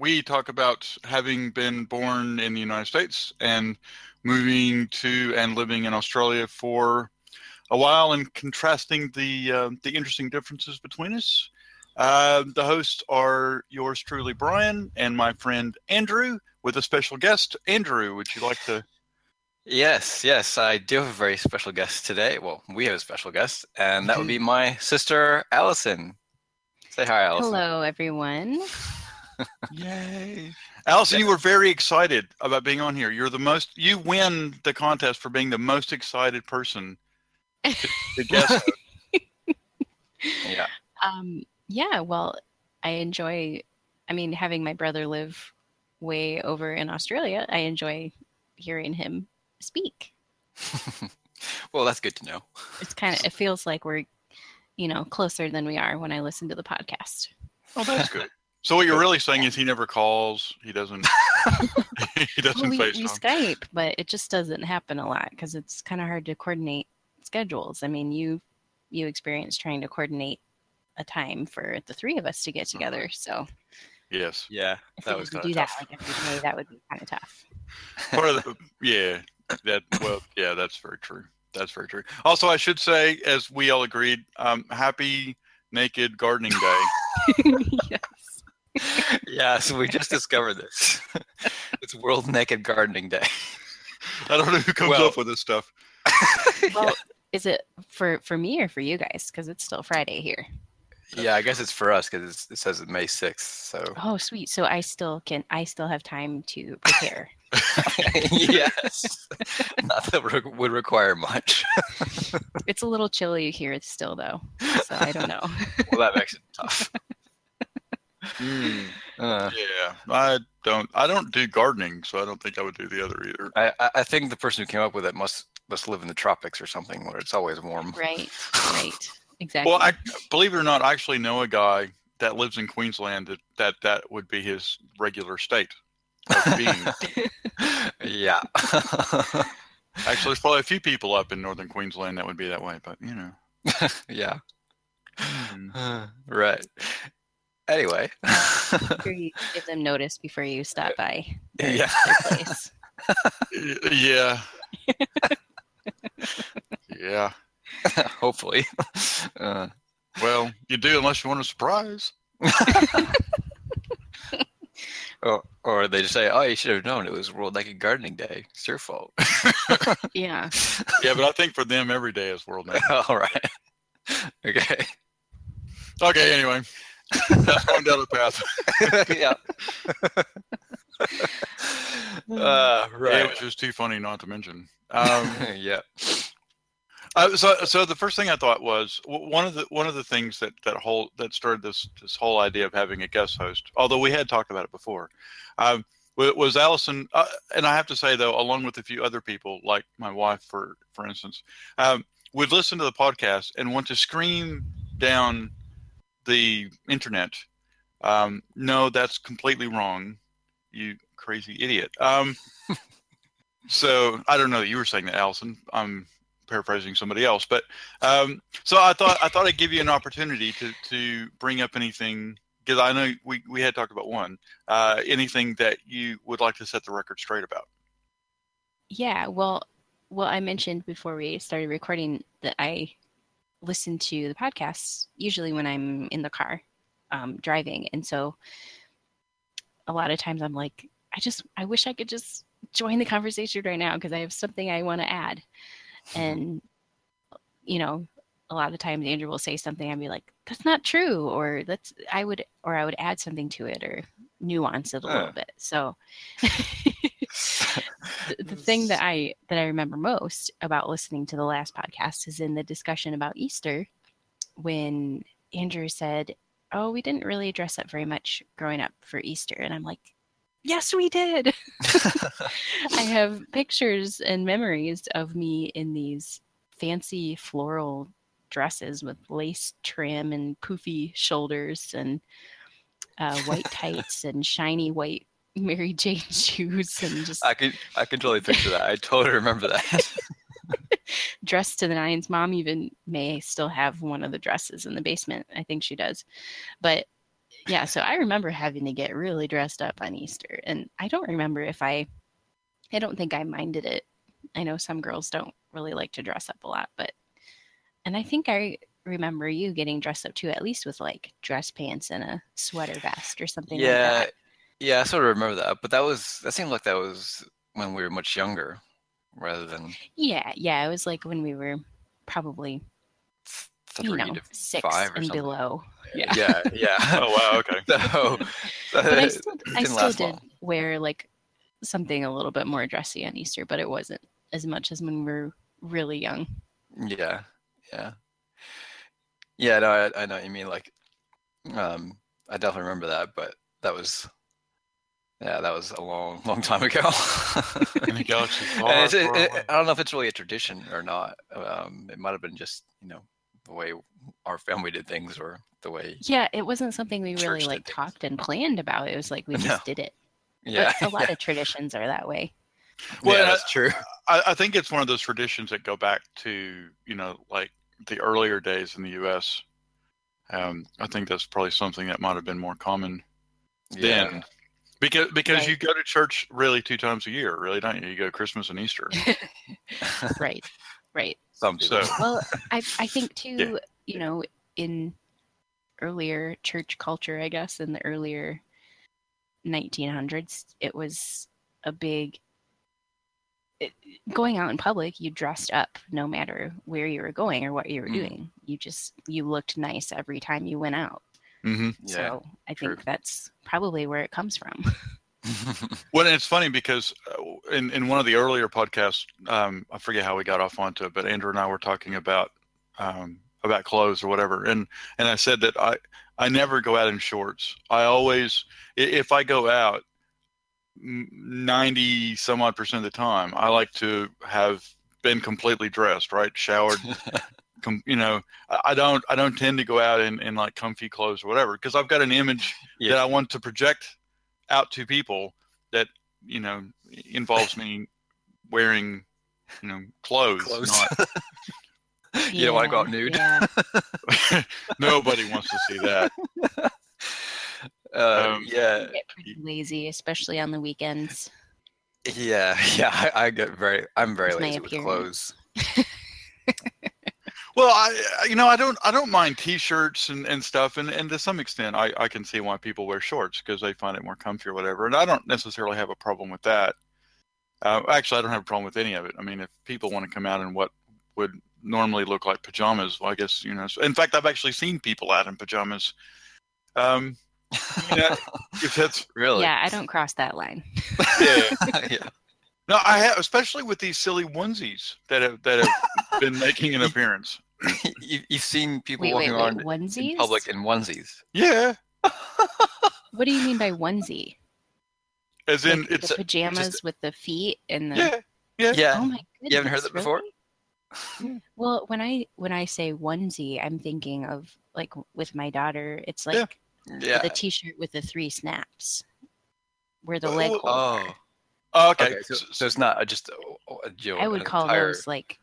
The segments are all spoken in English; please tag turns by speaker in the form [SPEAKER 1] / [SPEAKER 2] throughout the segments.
[SPEAKER 1] me talk about having been born in the United States and moving to and living in Australia for a while and contrasting the uh, the interesting differences between us. Uh, the hosts are yours truly, Brian, and my friend Andrew, with a special guest. Andrew, would you like to?
[SPEAKER 2] Yes, yes, I do have a very special guest today. Well, we have a special guest, and that would be my sister, Allison. Say hi, Allison.
[SPEAKER 3] Hello, everyone.
[SPEAKER 1] Yay, Allison! You were very excited about being on here. You're the most. You win the contest for being the most excited person to, to guest.
[SPEAKER 2] Yeah.
[SPEAKER 3] Um, yeah, well, I enjoy, I mean, having my brother live way over in Australia, I enjoy hearing him speak.
[SPEAKER 2] well, that's good to know.
[SPEAKER 3] It's kind of, it feels like we're, you know, closer than we are when I listen to the podcast.
[SPEAKER 1] Oh, that's good. So what you're really saying is he never calls. He doesn't. he
[SPEAKER 3] Well,
[SPEAKER 1] doesn't
[SPEAKER 3] we, we
[SPEAKER 1] FaceTime.
[SPEAKER 3] Skype, but it just doesn't happen a lot because it's kind of hard to coordinate schedules. I mean, you you experience trying to coordinate a time for the three of us to get together. So
[SPEAKER 1] yes.
[SPEAKER 2] Yeah,
[SPEAKER 3] if
[SPEAKER 2] Mm-hmm. that
[SPEAKER 3] we
[SPEAKER 2] was
[SPEAKER 3] could
[SPEAKER 2] kind
[SPEAKER 3] do
[SPEAKER 2] of
[SPEAKER 3] that
[SPEAKER 2] tough.
[SPEAKER 3] like every day, that would be kind of tough.
[SPEAKER 1] Part of the, yeah. That well, yeah, that's very true. That's very true. Also, I should say, as we all agreed, um, happy naked gardening day.
[SPEAKER 3] yes.
[SPEAKER 2] yeah, so we just discovered this. it's World Naked Gardening Day.
[SPEAKER 1] I don't know who comes
[SPEAKER 2] Well-
[SPEAKER 1] up with this stuff.
[SPEAKER 3] Well, is it for for me or for you guys? Because it's still Friday here.
[SPEAKER 2] yeah, I guess it's for us because it says it's May 6th. So,
[SPEAKER 3] Oh, sweet. So I still can. I still have time to prepare.
[SPEAKER 2] yes, not that re- would require much.
[SPEAKER 3] it's a little chilly here still, though. So I don't know.
[SPEAKER 2] Well, that makes it tough.
[SPEAKER 1] Hmm,
[SPEAKER 2] Uh,
[SPEAKER 1] yeah, I don't. I don't do gardening, so I don't think I would do the other either.
[SPEAKER 2] I, I- I think the person who came up with it must must live in the tropics or something where it's always warm.
[SPEAKER 3] right. Right. Exactly.
[SPEAKER 1] Well, I believe it or not, I actually know a guy that lives in Queensland that that, that would be his regular state of being.
[SPEAKER 2] yeah.
[SPEAKER 1] Actually, there's probably a few people up in northern Queensland that would be that way, but you know.
[SPEAKER 2] yeah.
[SPEAKER 1] Hmm.
[SPEAKER 3] Uh.
[SPEAKER 2] Right. Anyway.
[SPEAKER 3] Sure you give them notice before you stop by their,
[SPEAKER 2] yeah.
[SPEAKER 3] their place.
[SPEAKER 1] Y- Yeah. yeah.
[SPEAKER 2] Hopefully. Uh,
[SPEAKER 1] Well, you do unless you want a surprise.
[SPEAKER 2] or, or they just say, oh, you should have known it was World Naked Gardening Day. It's your fault.
[SPEAKER 3] Yeah.
[SPEAKER 1] Yeah, but I think for them every day is world night.
[SPEAKER 2] All right. Okay.
[SPEAKER 1] Okay, anyway. That's going down the path.
[SPEAKER 2] yeah. uh,
[SPEAKER 1] It was just too funny not to mention. Um
[SPEAKER 2] yeah.
[SPEAKER 1] Uh, so, so the first thing I thought was w- one of the one of the things that that whole that started this this whole idea of having a guest host. Although we had talked about it before, um, wa- was Allison, uh, and I have to say though, along with a few other people, like my wife, for for instance, um, would listen to the podcast and want to scream down the internet. Um, no, that's completely wrong. You crazy idiot. Um, so I don't know that you were saying that, Allison. Um, I'm paraphrasing somebody else, but um, so I thought I thought I'd give you an opportunity to to bring up anything because I know we we had talked about one uh, anything that you would like to set the record straight about.
[SPEAKER 3] Yeah. Well, well, I mentioned before we started recording that I listen to the podcasts usually when I'm in the car um, driving, and so a lot of times I'm like, I just, I wish I could just join the conversation right now because I have something I want to add, and you know, a lot of times Andrew will say something, I'd be like, that's not true, or that's I would, or I would add something to it or nuance it a
[SPEAKER 2] Huh.
[SPEAKER 3] little bit. So. the- the thing that I that I remember most about listening to the last podcast is in the discussion about Easter when Andrew said, "Oh, we didn't really dress up very much growing up for Easter." And I'm like, "Yes, we did." I have pictures and memories of me in these fancy floral dresses with lace trim and poofy shoulders and uh, white tights and shiny white Mary Jane shoes and just
[SPEAKER 2] I can I can totally picture that. I totally remember that.
[SPEAKER 3] dressed to the nines. Mom even may still have one of the dresses in the basement. I think she does. But yeah, so I remember having to get really dressed up on Easter, and I don't remember if I, I don't think I minded it. I know some girls don't really like to dress up a lot, but, and I think I remember you getting dressed up too, at least with like dress pants and a sweater vest or something
[SPEAKER 2] Yeah.
[SPEAKER 3] like that.
[SPEAKER 2] Yeah, I sort of remember that, but that was that seemed like that was when we were much younger, rather than
[SPEAKER 3] Yeah, yeah, it was like when we were probably
[SPEAKER 2] th-
[SPEAKER 3] you
[SPEAKER 2] three
[SPEAKER 3] know
[SPEAKER 2] to
[SPEAKER 3] six
[SPEAKER 2] five or
[SPEAKER 3] and
[SPEAKER 2] something.
[SPEAKER 3] below. Yeah.
[SPEAKER 2] Yeah, yeah.
[SPEAKER 1] Oh wow. Okay.
[SPEAKER 2] so,
[SPEAKER 3] but I still, I
[SPEAKER 2] didn't
[SPEAKER 3] still
[SPEAKER 2] last
[SPEAKER 3] did
[SPEAKER 2] long.
[SPEAKER 3] wear like something a little bit more dressy on Easter, but it wasn't as much as when we were really young.
[SPEAKER 2] Yeah, yeah, yeah. No, I, I know what you mean. Like, um, I definitely remember that, but that was, yeah, that was a long, long time ago.
[SPEAKER 1] In a galaxy far,
[SPEAKER 2] And it's, it,
[SPEAKER 1] far
[SPEAKER 2] it-
[SPEAKER 1] away.
[SPEAKER 2] I don't know if it's really a tradition or not. Um, it might have been just you know the way our family did things or the way.
[SPEAKER 3] Yeah, it wasn't something we really
[SPEAKER 2] Church did
[SPEAKER 3] like
[SPEAKER 2] things.
[SPEAKER 3] talked and planned about. It was like we just
[SPEAKER 2] No.
[SPEAKER 3] did it.
[SPEAKER 2] Yeah,
[SPEAKER 3] But a lot of traditions are that way.
[SPEAKER 1] Well,
[SPEAKER 2] yeah,
[SPEAKER 1] I-
[SPEAKER 2] that's true.
[SPEAKER 1] I, I think it's one of those traditions that go back to you know like the earlier days in the U.S. Um, I think that's probably something that might have been more common
[SPEAKER 2] Yeah.
[SPEAKER 1] then, because because
[SPEAKER 3] Right.
[SPEAKER 1] you go to church really two times a year, really don't you? You go Christmas and Easter.
[SPEAKER 3] right. Right.
[SPEAKER 2] Some people.
[SPEAKER 1] So-
[SPEAKER 3] Well, I I think too, you know, in earlier church culture, I guess, in the earlier 1900s, it was a big it, going out in public, you dressed up no matter where you were going or what you were
[SPEAKER 2] Mm.
[SPEAKER 3] doing. You just you looked nice every time you went out.
[SPEAKER 1] hmm
[SPEAKER 2] yeah.
[SPEAKER 3] so I
[SPEAKER 2] true.
[SPEAKER 3] think that's probably where it comes from.
[SPEAKER 1] Well, and it's funny because uh, in in one of the earlier podcasts, um, I forget how we got off onto it, but Andrew and I were talking about um, about clothes or whatever, and and I said that I I never go out in shorts. I always i- if I go out, ninety some odd percent of the time, I like to have been completely dressed, right, showered, com- you know, I I don't I don't tend to go out in, in like comfy clothes or whatever because I've got an image
[SPEAKER 2] Yeah.
[SPEAKER 1] that I want to project out to people that you know involves me wearing you know clothes.
[SPEAKER 2] Clothes.
[SPEAKER 1] not-
[SPEAKER 2] You don't wanna go out nude?
[SPEAKER 3] Yeah.
[SPEAKER 1] nobody wants to see that.
[SPEAKER 2] Uh,
[SPEAKER 1] Um,
[SPEAKER 2] yeah.
[SPEAKER 3] I get pretty lazy, especially on the weekends.
[SPEAKER 2] Yeah, yeah, I, I get very, I'm very
[SPEAKER 3] With my
[SPEAKER 2] lazy with
[SPEAKER 3] appearance.
[SPEAKER 2] clothes.
[SPEAKER 1] Well, I I- you know I don't I don't mind t-shirts and, and stuff and, and to some extent I, I can see why people wear shorts because they find it more comfy or whatever and I don't necessarily have a problem with that. Uh, actually, I don't have a problem with any of it. I mean, if people want to come out in what would normally look like pajamas, well, I guess you know. so- In fact, I've actually seen people out in pajamas. Um, Yeah. if that's
[SPEAKER 2] really?
[SPEAKER 3] Yeah, I don't cross that line.
[SPEAKER 1] yeah.
[SPEAKER 2] Yeah.
[SPEAKER 1] no, I have especially with these silly onesies that have that have been making an appearance.
[SPEAKER 2] you, you've seen people
[SPEAKER 3] Wait, wait,
[SPEAKER 2] walking
[SPEAKER 3] wait.
[SPEAKER 2] around
[SPEAKER 3] Onesies?
[SPEAKER 2] in public in onesies.
[SPEAKER 1] Yeah,
[SPEAKER 3] What do you mean by onesie?
[SPEAKER 1] as in
[SPEAKER 3] Like
[SPEAKER 1] it's
[SPEAKER 3] the pajamas with the feet and the.
[SPEAKER 1] yeah.
[SPEAKER 3] Oh
[SPEAKER 2] Yeah,
[SPEAKER 3] my goodness!
[SPEAKER 2] You haven't heard that before?
[SPEAKER 3] really? Well, when I when I say onesie, I'm thinking of like with my daughter. It's like uh,
[SPEAKER 1] Yeah.
[SPEAKER 2] yeah.
[SPEAKER 3] the T-shirt with the three snaps, where the
[SPEAKER 1] Oh,
[SPEAKER 3] leg. hole
[SPEAKER 2] Oh,
[SPEAKER 3] are.
[SPEAKER 1] Okay,
[SPEAKER 2] okay. so, so it's not a- just a, a, you know,
[SPEAKER 3] I would
[SPEAKER 2] an
[SPEAKER 3] call
[SPEAKER 2] entire-
[SPEAKER 3] those like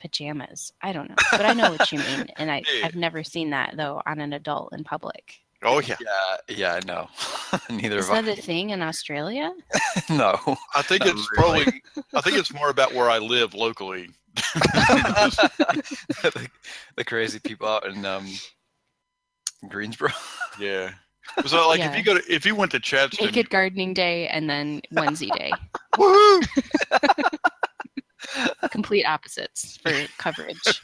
[SPEAKER 3] pajamas. I don't know, but I know what you mean, and I,
[SPEAKER 1] Yeah.
[SPEAKER 3] I've never seen that though on an adult in public.
[SPEAKER 1] oh yeah.
[SPEAKER 2] Yeah, yeah, I know. Neither
[SPEAKER 3] Is
[SPEAKER 2] of
[SPEAKER 3] that a
[SPEAKER 2] us.
[SPEAKER 3] thing in Australia?
[SPEAKER 2] No.
[SPEAKER 1] I think
[SPEAKER 2] Not
[SPEAKER 1] it's
[SPEAKER 2] really.
[SPEAKER 1] probably. I think it's more about where I live locally.
[SPEAKER 2] the, the crazy people out in um, Greensboro.
[SPEAKER 1] Yeah. So like
[SPEAKER 3] Yeah.
[SPEAKER 1] if you go to if you went to Chadston,
[SPEAKER 3] Naked gardening day and then onesie day.
[SPEAKER 1] woohoo!
[SPEAKER 3] Complete opposites for coverage.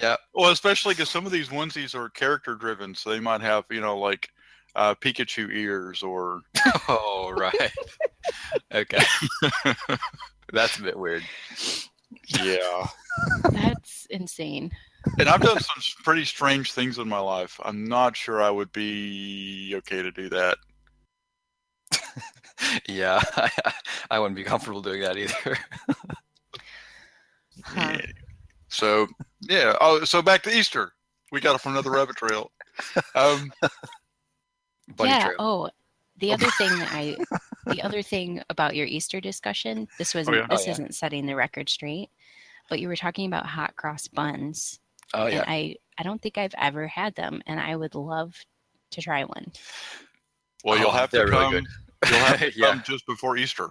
[SPEAKER 2] yeah.
[SPEAKER 1] Well, especially because some of these onesies are character driven, so they might have you know like uh, Pikachu ears or
[SPEAKER 2] Oh, right. okay. That's a bit weird.
[SPEAKER 1] yeah.
[SPEAKER 3] That's insane.
[SPEAKER 1] And I've done some s- pretty strange things in my life. I'm not sure I would be okay to do that.
[SPEAKER 2] Yeah, I, I wouldn't be comfortable doing that either.
[SPEAKER 3] Huh.
[SPEAKER 1] Yeah. So yeah. Oh, so back to Easter. We got it from another rabbit trail. Um,
[SPEAKER 2] Bunny
[SPEAKER 3] yeah.
[SPEAKER 2] trail.
[SPEAKER 3] Oh, the other thing that I, the other thing about your Easter discussion. This was
[SPEAKER 1] Oh,
[SPEAKER 3] not
[SPEAKER 1] yeah.
[SPEAKER 2] Oh,
[SPEAKER 3] this
[SPEAKER 2] yeah.
[SPEAKER 3] isn't setting the record straight, but you were talking about hot cross buns
[SPEAKER 2] Oh yeah.
[SPEAKER 3] and I I don't think I've ever had them, and I would love to try one.
[SPEAKER 1] Well, you'll
[SPEAKER 2] Oh,
[SPEAKER 1] have to
[SPEAKER 2] they're really
[SPEAKER 1] come.
[SPEAKER 2] good.
[SPEAKER 1] You'll have to
[SPEAKER 2] yeah.
[SPEAKER 1] come just before Easter.
[SPEAKER 3] I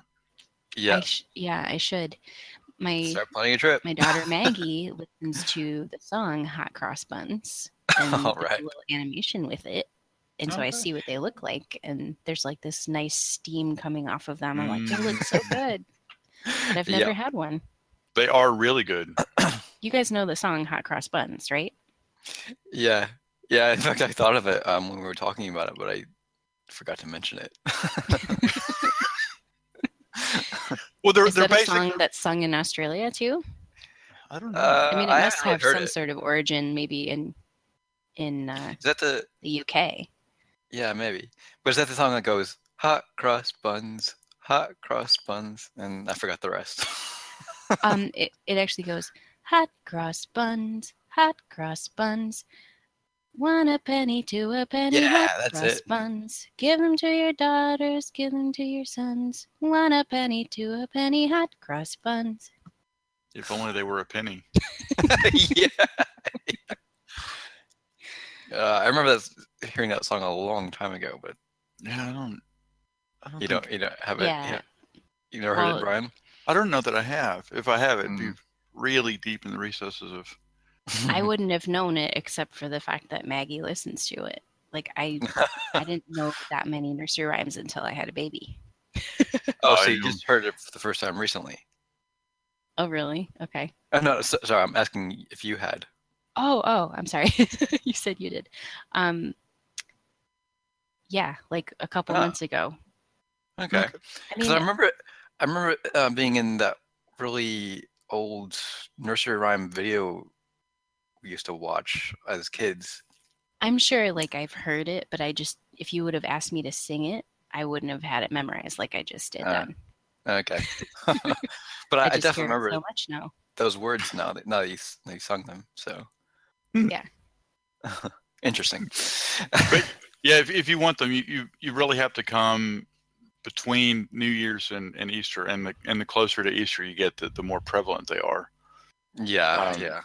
[SPEAKER 2] Yeah.
[SPEAKER 3] sh- yeah, I should. My
[SPEAKER 2] Start planning your trip.
[SPEAKER 3] my daughter Maggie listens to the song "Hot Cross Buns" and
[SPEAKER 2] All
[SPEAKER 3] they do
[SPEAKER 2] right.
[SPEAKER 3] a little animation with it, and so I
[SPEAKER 2] Okay.
[SPEAKER 3] see what they look like, and there's like this nice steam coming off of them. I'm like, they look so good, but I've never
[SPEAKER 2] Mm. Yeah.
[SPEAKER 3] had one.
[SPEAKER 1] They are really good.
[SPEAKER 3] You guys know the song "Hot Cross Buns," right?
[SPEAKER 2] Yeah. Yeah. In fact, I thought of it um, when we were talking about it, but I forgot to mention it.
[SPEAKER 1] Well, they're
[SPEAKER 3] Is
[SPEAKER 1] they're
[SPEAKER 3] that a
[SPEAKER 1] basic.
[SPEAKER 3] song that's sung in Australia too?
[SPEAKER 1] I don't know.
[SPEAKER 2] Uh,
[SPEAKER 3] I mean, it
[SPEAKER 2] I
[SPEAKER 3] must
[SPEAKER 2] haven't really
[SPEAKER 3] have
[SPEAKER 2] heard
[SPEAKER 3] some
[SPEAKER 2] it.
[SPEAKER 3] sort of origin, maybe in in uh,
[SPEAKER 2] Is that the?
[SPEAKER 3] the UK.
[SPEAKER 2] Yeah, maybe. But is that the song that goes hot cross buns, hot cross buns, and I forgot the rest.
[SPEAKER 3] um, it, it actually goes hot cross buns, hot cross buns. One a penny, two a penny,
[SPEAKER 2] Yeah,
[SPEAKER 3] hot
[SPEAKER 2] that's
[SPEAKER 3] cross
[SPEAKER 2] it.
[SPEAKER 3] buns. Give them to your daughters, give them to your sons. One a penny, two a penny, hot cross buns.
[SPEAKER 1] if only they were a penny.
[SPEAKER 2] yeah. Uh, I remember that, hearing that song a long time ago, but
[SPEAKER 1] Yeah, I don't. I don't,
[SPEAKER 2] you
[SPEAKER 1] think-
[SPEAKER 2] don't, you don't have it.
[SPEAKER 3] Yeah.
[SPEAKER 2] You never heard
[SPEAKER 3] Well,
[SPEAKER 2] it, Brian?
[SPEAKER 1] I don't know that I have. If I have, it'd be
[SPEAKER 2] Mm.
[SPEAKER 1] really deep in the recesses of.
[SPEAKER 3] I wouldn't have known it except for the fact that Maggie listens to it. Like I, I didn't know that many nursery rhymes until I had a baby.
[SPEAKER 2] oh,
[SPEAKER 1] I
[SPEAKER 2] so you
[SPEAKER 1] don't-
[SPEAKER 2] just heard it for the first time recently?
[SPEAKER 3] Oh really? Okay.
[SPEAKER 2] Oh, no, so, sorry. I'm asking if you had.
[SPEAKER 3] Oh, oh, I'm sorry. you said you did. Um Yeah, like a couple
[SPEAKER 2] Ah.
[SPEAKER 3] months ago.
[SPEAKER 2] Okay.
[SPEAKER 3] I
[SPEAKER 2] Because
[SPEAKER 3] mean,
[SPEAKER 2] I uh remember, I remember uh, being in that really old nursery rhyme video we used to watch as kids.
[SPEAKER 3] I'm sure like I've heard it, but I just if you would have asked me to sing it, I wouldn't have had it memorized like I just did
[SPEAKER 2] Ah,
[SPEAKER 3] then.
[SPEAKER 2] Okay, but I, I,
[SPEAKER 3] just
[SPEAKER 2] definitely
[SPEAKER 3] hear it
[SPEAKER 2] remember
[SPEAKER 3] so much now.
[SPEAKER 2] those words now that now that you, s- that you sung them. So
[SPEAKER 1] Hmm.
[SPEAKER 3] Yeah.
[SPEAKER 2] interesting.
[SPEAKER 1] Yeah, if, if you want them, you, you you really have to come between New Year's and, and Easter, and the and the closer to Easter you get, the, the more prevalent they are.
[SPEAKER 2] yeah,
[SPEAKER 1] Um,
[SPEAKER 2] yeah.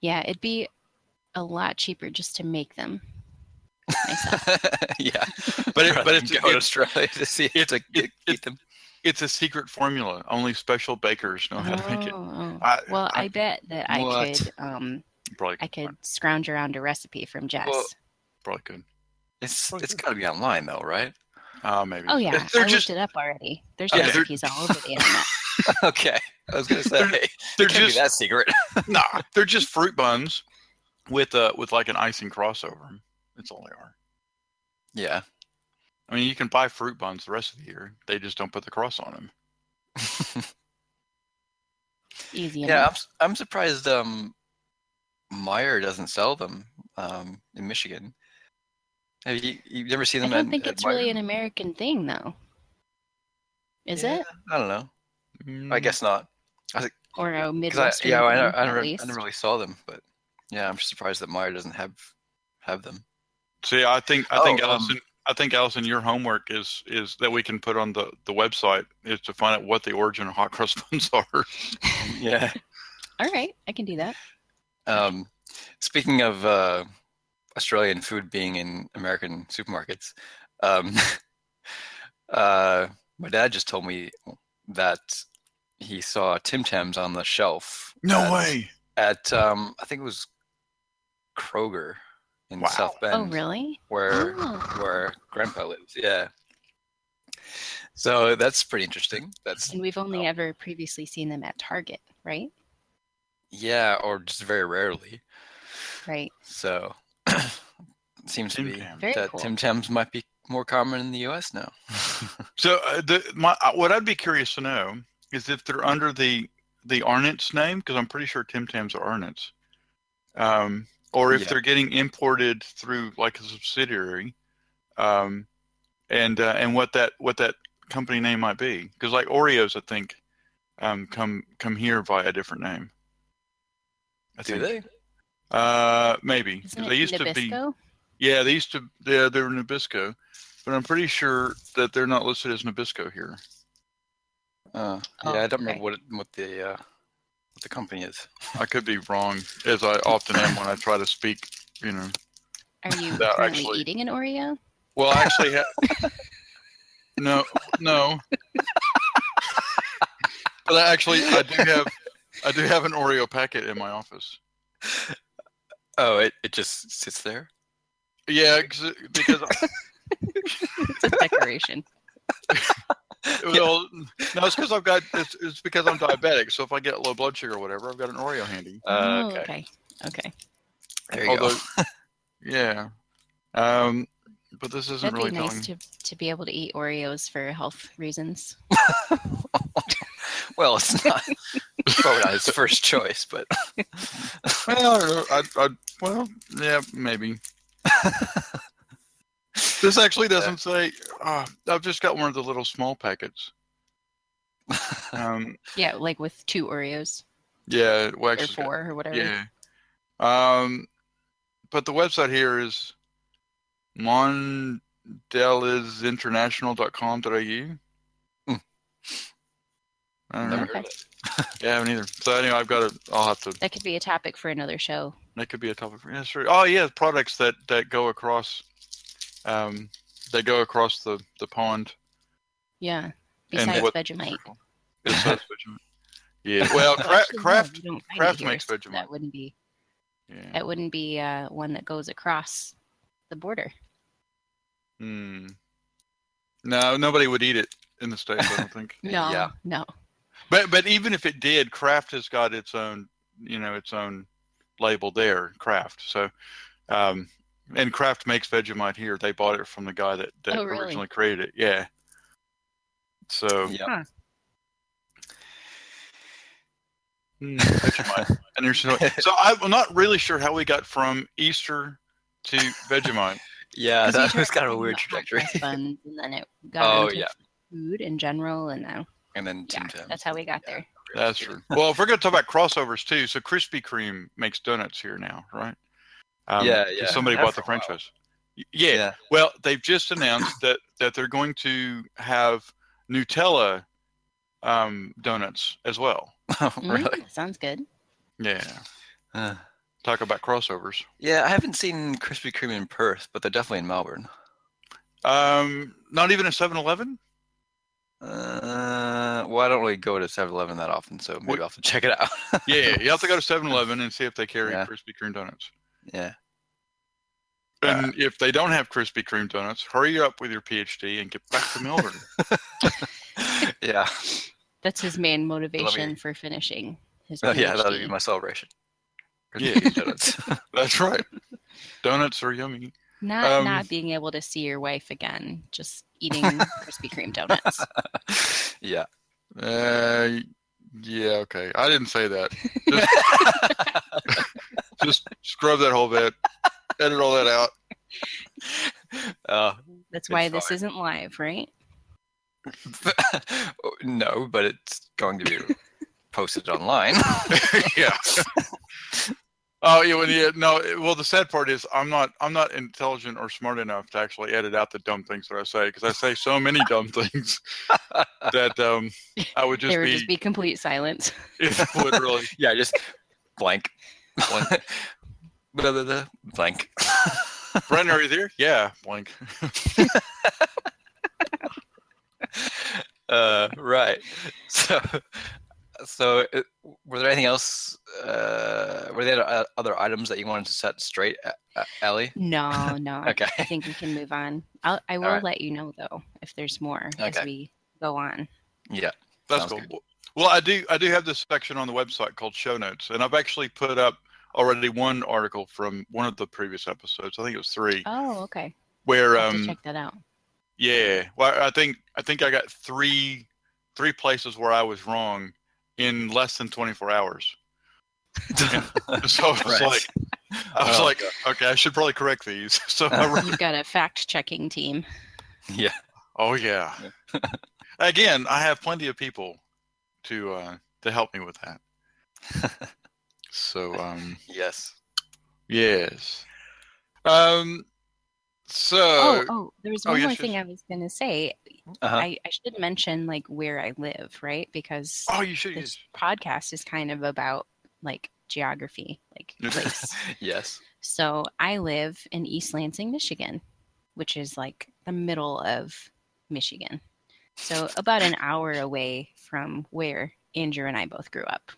[SPEAKER 3] Yeah, it'd be a lot cheaper just to make them.
[SPEAKER 2] yeah,
[SPEAKER 1] But it, but
[SPEAKER 2] Rather than
[SPEAKER 1] it's
[SPEAKER 2] go to
[SPEAKER 1] it's,
[SPEAKER 2] Australia to see
[SPEAKER 1] it-
[SPEAKER 2] to
[SPEAKER 1] it-
[SPEAKER 2] get, eat them.
[SPEAKER 1] it's a secret formula. Only special bakers know how to make it.
[SPEAKER 3] Oh, oh.
[SPEAKER 1] I,
[SPEAKER 3] well, I,
[SPEAKER 1] I-
[SPEAKER 3] bet that I
[SPEAKER 2] What?
[SPEAKER 3] could um
[SPEAKER 1] probably
[SPEAKER 3] I could scrounge around a recipe from Jess.
[SPEAKER 1] probably could.
[SPEAKER 2] It's
[SPEAKER 1] Well,
[SPEAKER 2] it's
[SPEAKER 1] yeah.
[SPEAKER 2] got to be online though, right?
[SPEAKER 1] Uh, maybe.
[SPEAKER 3] Oh yeah,
[SPEAKER 1] They're
[SPEAKER 3] I
[SPEAKER 1] just
[SPEAKER 3] looked it up already. There's
[SPEAKER 1] Yeah, they're-
[SPEAKER 3] recipes all over the internet.
[SPEAKER 2] okay, I was gonna say
[SPEAKER 1] They're-
[SPEAKER 2] it
[SPEAKER 1] they're
[SPEAKER 2] can't be
[SPEAKER 1] just
[SPEAKER 2] that secret.
[SPEAKER 1] nah. They're just fruit buns with uh with like an icing crossover. 'em. That's all they are.
[SPEAKER 2] yeah.
[SPEAKER 1] I mean, you can buy fruit buns the rest of the year. They just don't put the cross on them.
[SPEAKER 3] Easy
[SPEAKER 2] Yeah,
[SPEAKER 3] enough.
[SPEAKER 2] I'm, s- I'm surprised um, Meyer doesn't sell them um, in Michigan. Have you you've never seen
[SPEAKER 3] I
[SPEAKER 2] them?
[SPEAKER 3] don't
[SPEAKER 2] at-
[SPEAKER 3] think
[SPEAKER 2] at
[SPEAKER 3] it's really
[SPEAKER 2] Meijer?
[SPEAKER 3] an American thing, though. Is
[SPEAKER 2] Yeah,
[SPEAKER 3] it?
[SPEAKER 2] I don't know.
[SPEAKER 3] Mm,
[SPEAKER 2] I
[SPEAKER 1] Mm.
[SPEAKER 2] guess not.
[SPEAKER 3] Or a
[SPEAKER 2] 'Cause I,
[SPEAKER 3] Midwestern
[SPEAKER 2] yeah, I,
[SPEAKER 3] thing,
[SPEAKER 2] don't- I,
[SPEAKER 3] at
[SPEAKER 2] never, I
[SPEAKER 3] least.
[SPEAKER 2] never really saw them, but yeah, I'm just surprised that Meyer doesn't have have them.
[SPEAKER 1] See, I think I think
[SPEAKER 2] Oh, um,
[SPEAKER 1] Allison, I think Allison, your homework is is that we can put on the the website is to find out what the origin of hot cross buns are.
[SPEAKER 2] Yeah.
[SPEAKER 3] All right, I can do that.
[SPEAKER 2] Um, speaking of uh, Australian food being in American supermarkets, um, uh, my dad just told me that he saw Tim Tams on the shelf. at- At um, I think it was Kroger in
[SPEAKER 1] Wow.
[SPEAKER 2] South Bend,
[SPEAKER 3] oh, really?
[SPEAKER 2] where
[SPEAKER 3] Oh,
[SPEAKER 2] where Grandpa lives. Yeah. So that's pretty interesting. That's
[SPEAKER 3] and we've only
[SPEAKER 2] Oh.
[SPEAKER 3] ever previously seen them at Target, right?
[SPEAKER 2] yeah, or just very rarely.
[SPEAKER 3] Right.
[SPEAKER 2] So seems to
[SPEAKER 1] Tim
[SPEAKER 2] be
[SPEAKER 1] Tam.
[SPEAKER 3] Very
[SPEAKER 2] that
[SPEAKER 3] cool.
[SPEAKER 2] Tim Tams might be more common in the U.S. now.
[SPEAKER 1] So uh, the my uh, what I'd be curious to know is if they're under the the Arnott's name because I'm pretty sure Tim Tams are Arnott's, um, or if
[SPEAKER 2] Yeah.
[SPEAKER 1] they're getting imported through like a subsidiary, um, and uh, and what that what that company name might be because like Oreos I think um, come come here via a different name. I
[SPEAKER 2] Do
[SPEAKER 1] think.
[SPEAKER 2] they?
[SPEAKER 1] Uh, maybe 'cause
[SPEAKER 3] Isn't it
[SPEAKER 1] they used to be.
[SPEAKER 3] Nabisco?
[SPEAKER 1] Yeah, they used to. Yeah, they were Nabisco, but I'm pretty sure that they're not listed as Nabisco here.
[SPEAKER 2] Uh,
[SPEAKER 3] Oh,
[SPEAKER 2] yeah, I don't
[SPEAKER 3] okay.
[SPEAKER 2] remember what it- what the uh, what the company is.
[SPEAKER 1] I could be wrong, as I often am when I try to speak. You know,
[SPEAKER 3] Are you
[SPEAKER 1] That
[SPEAKER 3] currently
[SPEAKER 1] actually-
[SPEAKER 3] eating an Oreo?
[SPEAKER 1] well, I actually, ha- no, no, but I actually, I do have, I do have an Oreo packet in my office.
[SPEAKER 2] Oh, it, it just sits there.
[SPEAKER 1] Yeah, 'cause- because
[SPEAKER 3] It's a decoration.
[SPEAKER 1] well, no, it's because I've got it's, it's because I'm diabetic. So if I get low blood sugar or whatever, I've got an Oreo handy.
[SPEAKER 2] Uh,
[SPEAKER 3] oh,
[SPEAKER 2] okay.
[SPEAKER 3] okay. Okay.
[SPEAKER 2] There you go.
[SPEAKER 1] yeah, um, but this isn't
[SPEAKER 3] That'd
[SPEAKER 1] really
[SPEAKER 3] be nice
[SPEAKER 1] telling.
[SPEAKER 3] to, to be able to eat Oreos for health reasons.
[SPEAKER 2] Well, it's not probably not his first choice, but
[SPEAKER 1] Well, I, I, I, well, yeah, maybe. this actually doesn't say. Uh, I've just got one of the little small packets. Um,
[SPEAKER 3] Yeah, like with two Oreos
[SPEAKER 1] yeah, well,
[SPEAKER 3] or
[SPEAKER 1] actually,
[SPEAKER 3] four or whatever.
[SPEAKER 1] yeah. Um, but the website here is mondelizinternational.com.au.
[SPEAKER 2] Hmm.
[SPEAKER 1] I don't
[SPEAKER 2] Never
[SPEAKER 1] know.
[SPEAKER 2] heard of it.
[SPEAKER 1] Yeah, I haven't either. So anyway, I've got to. I'll have to
[SPEAKER 3] That could be a topic for another show.
[SPEAKER 1] That could be a topic for yeah, sure. Oh yeah, products that that go across, um, that go across the the pond.
[SPEAKER 3] Yeah.
[SPEAKER 1] And
[SPEAKER 3] Besides
[SPEAKER 1] what-
[SPEAKER 3] Vegemite.
[SPEAKER 1] Besides Vegemite. Yeah. Well, cra-
[SPEAKER 3] Oh, Actually, no,
[SPEAKER 1] craft.
[SPEAKER 3] you don't find it
[SPEAKER 1] Kraft
[SPEAKER 3] here,
[SPEAKER 1] makes
[SPEAKER 3] so
[SPEAKER 1] Vegemite.
[SPEAKER 3] That wouldn't be
[SPEAKER 1] Yeah.
[SPEAKER 3] that wouldn't be uh, one that goes across the border.
[SPEAKER 1] Hmm. No, nobody would eat it in the states. I don't think.
[SPEAKER 3] No,
[SPEAKER 2] Yeah.
[SPEAKER 3] no.
[SPEAKER 1] But but even if it did, Kraft has got its own you know its own label there, Kraft. So, um, and Kraft makes Vegemite here. They bought it from the guy that that
[SPEAKER 3] Oh, really?
[SPEAKER 1] originally created it. Yeah. So.
[SPEAKER 2] Yeah.
[SPEAKER 1] Hmm, Vegemite. and there's so, so I'm not really sure how we got from Easter to Vegemite.
[SPEAKER 2] Yeah,
[SPEAKER 3] 'Cause you
[SPEAKER 2] that was
[SPEAKER 3] tried
[SPEAKER 2] kind of a
[SPEAKER 3] talking
[SPEAKER 2] weird
[SPEAKER 3] about hot
[SPEAKER 2] trajectory.
[SPEAKER 3] cross buns, and then it got
[SPEAKER 2] Oh,
[SPEAKER 3] into
[SPEAKER 2] yeah.
[SPEAKER 3] food in general, and now
[SPEAKER 2] And then
[SPEAKER 3] yeah,
[SPEAKER 2] Tim Tam.
[SPEAKER 3] that's how we got there.
[SPEAKER 1] That's true. Well, if we're going to talk about crossovers too, so Krispy Kreme makes donuts here now, right? Um,
[SPEAKER 2] Yeah,
[SPEAKER 1] 'cause
[SPEAKER 2] yeah.
[SPEAKER 1] Somebody
[SPEAKER 2] Have
[SPEAKER 1] bought
[SPEAKER 2] for
[SPEAKER 1] the
[SPEAKER 2] a while.
[SPEAKER 1] franchise. Y- Yeah. Well, they've just announced that that they're going to have Nutella um, donuts as well.
[SPEAKER 2] Oh,
[SPEAKER 1] Mm-hmm.
[SPEAKER 3] Mm,
[SPEAKER 2] really?
[SPEAKER 3] sounds good.
[SPEAKER 1] Yeah.
[SPEAKER 2] Uh,
[SPEAKER 1] Talk about crossovers.
[SPEAKER 2] yeah, I haven't seen Krispy Kreme in Perth, but they're definitely in Melbourne.
[SPEAKER 1] Um, not even a 7-Eleven.
[SPEAKER 2] Uh, well, I don't really go to 7-Eleven that often, so maybe
[SPEAKER 1] What-
[SPEAKER 2] I'll have to check it out.
[SPEAKER 1] Yeah, you have to go to 7-Eleven and see if they carry
[SPEAKER 2] Yeah.
[SPEAKER 1] Krispy Kreme donuts.
[SPEAKER 2] yeah.
[SPEAKER 1] And if they don't have Krispy Kreme donuts, hurry up with your PhD and get back to Melbourne.
[SPEAKER 2] yeah.
[SPEAKER 3] That's his main motivation for finishing his
[SPEAKER 2] Oh, yeah, that'll
[SPEAKER 3] PhD.
[SPEAKER 2] be my celebration.
[SPEAKER 1] Yeah.
[SPEAKER 2] Krispy Kreme donuts.
[SPEAKER 1] That's right. donuts are yummy.
[SPEAKER 3] Not
[SPEAKER 1] um,
[SPEAKER 3] not being able to see your wife again, just eating Krispy Kreme donuts.
[SPEAKER 2] yeah.
[SPEAKER 1] Uh, yeah, okay. I didn't say that. Just, just scrub that whole bit, edit all that out.
[SPEAKER 2] Uh,
[SPEAKER 3] That's
[SPEAKER 2] It's
[SPEAKER 3] why this
[SPEAKER 2] fine.
[SPEAKER 3] isn't live, right?
[SPEAKER 2] no, but it's going to be posted online.
[SPEAKER 1] yeah. Oh yeah, well, yeah, no. Well, the sad part is I'm not I'm not intelligent or smart enough to actually edit out the dumb things that I say because I say so many dumb things that um I would just
[SPEAKER 3] there would
[SPEAKER 1] be,
[SPEAKER 3] just be complete silence.
[SPEAKER 1] literally
[SPEAKER 2] yeah, just blank. Blank. blah, blah, blah, blank.
[SPEAKER 1] Brendan, are you there? Yeah, blank.
[SPEAKER 2] uh, right. So, so uh, were there anything else? Uh, were there uh, other items that you wanted to set straight, uh, Ellie?
[SPEAKER 3] No, no. I-
[SPEAKER 2] Okay.
[SPEAKER 3] I think we can move on. I'll, I will
[SPEAKER 2] right.
[SPEAKER 3] let you know though if there's more as
[SPEAKER 2] Okay.
[SPEAKER 3] we go on.
[SPEAKER 2] Yeah.
[SPEAKER 1] That's
[SPEAKER 2] Sounds
[SPEAKER 1] cool.
[SPEAKER 2] good.
[SPEAKER 1] Well, I do I do have this section on the website called show notes, and I've actually put up already one article from one of the previous episodes. I think it was three,
[SPEAKER 3] Oh, okay.
[SPEAKER 1] where
[SPEAKER 3] I'll have to
[SPEAKER 1] um
[SPEAKER 3] check that out.
[SPEAKER 1] yeah, well I think I think I got three three places where I was wrong in less than 24 hours. So I was
[SPEAKER 2] Right.
[SPEAKER 1] like I was
[SPEAKER 2] Oh,
[SPEAKER 1] like okay, I should probably correct these. So I wrote
[SPEAKER 3] You've got a fact checking team.
[SPEAKER 2] yeah.
[SPEAKER 1] Oh yeah. Again, I have plenty of people to uh, to help me with that. so um,
[SPEAKER 2] Yes.
[SPEAKER 1] yes. Um, So,
[SPEAKER 3] oh, oh, there was
[SPEAKER 1] oh,
[SPEAKER 3] one
[SPEAKER 1] yes,
[SPEAKER 3] more
[SPEAKER 1] yes.
[SPEAKER 3] thing I was going to say.
[SPEAKER 2] Uh-huh.
[SPEAKER 3] I, I should mention like where I live, right? Because
[SPEAKER 1] oh, you should
[SPEAKER 3] this
[SPEAKER 1] use.
[SPEAKER 3] podcast is kind of about like geography, like
[SPEAKER 1] Yeah.
[SPEAKER 3] place.
[SPEAKER 2] yes.
[SPEAKER 3] so I live in East Lansing, Michigan, which is like the middle of Michigan. So about an hour away from where Andrew and I both grew up.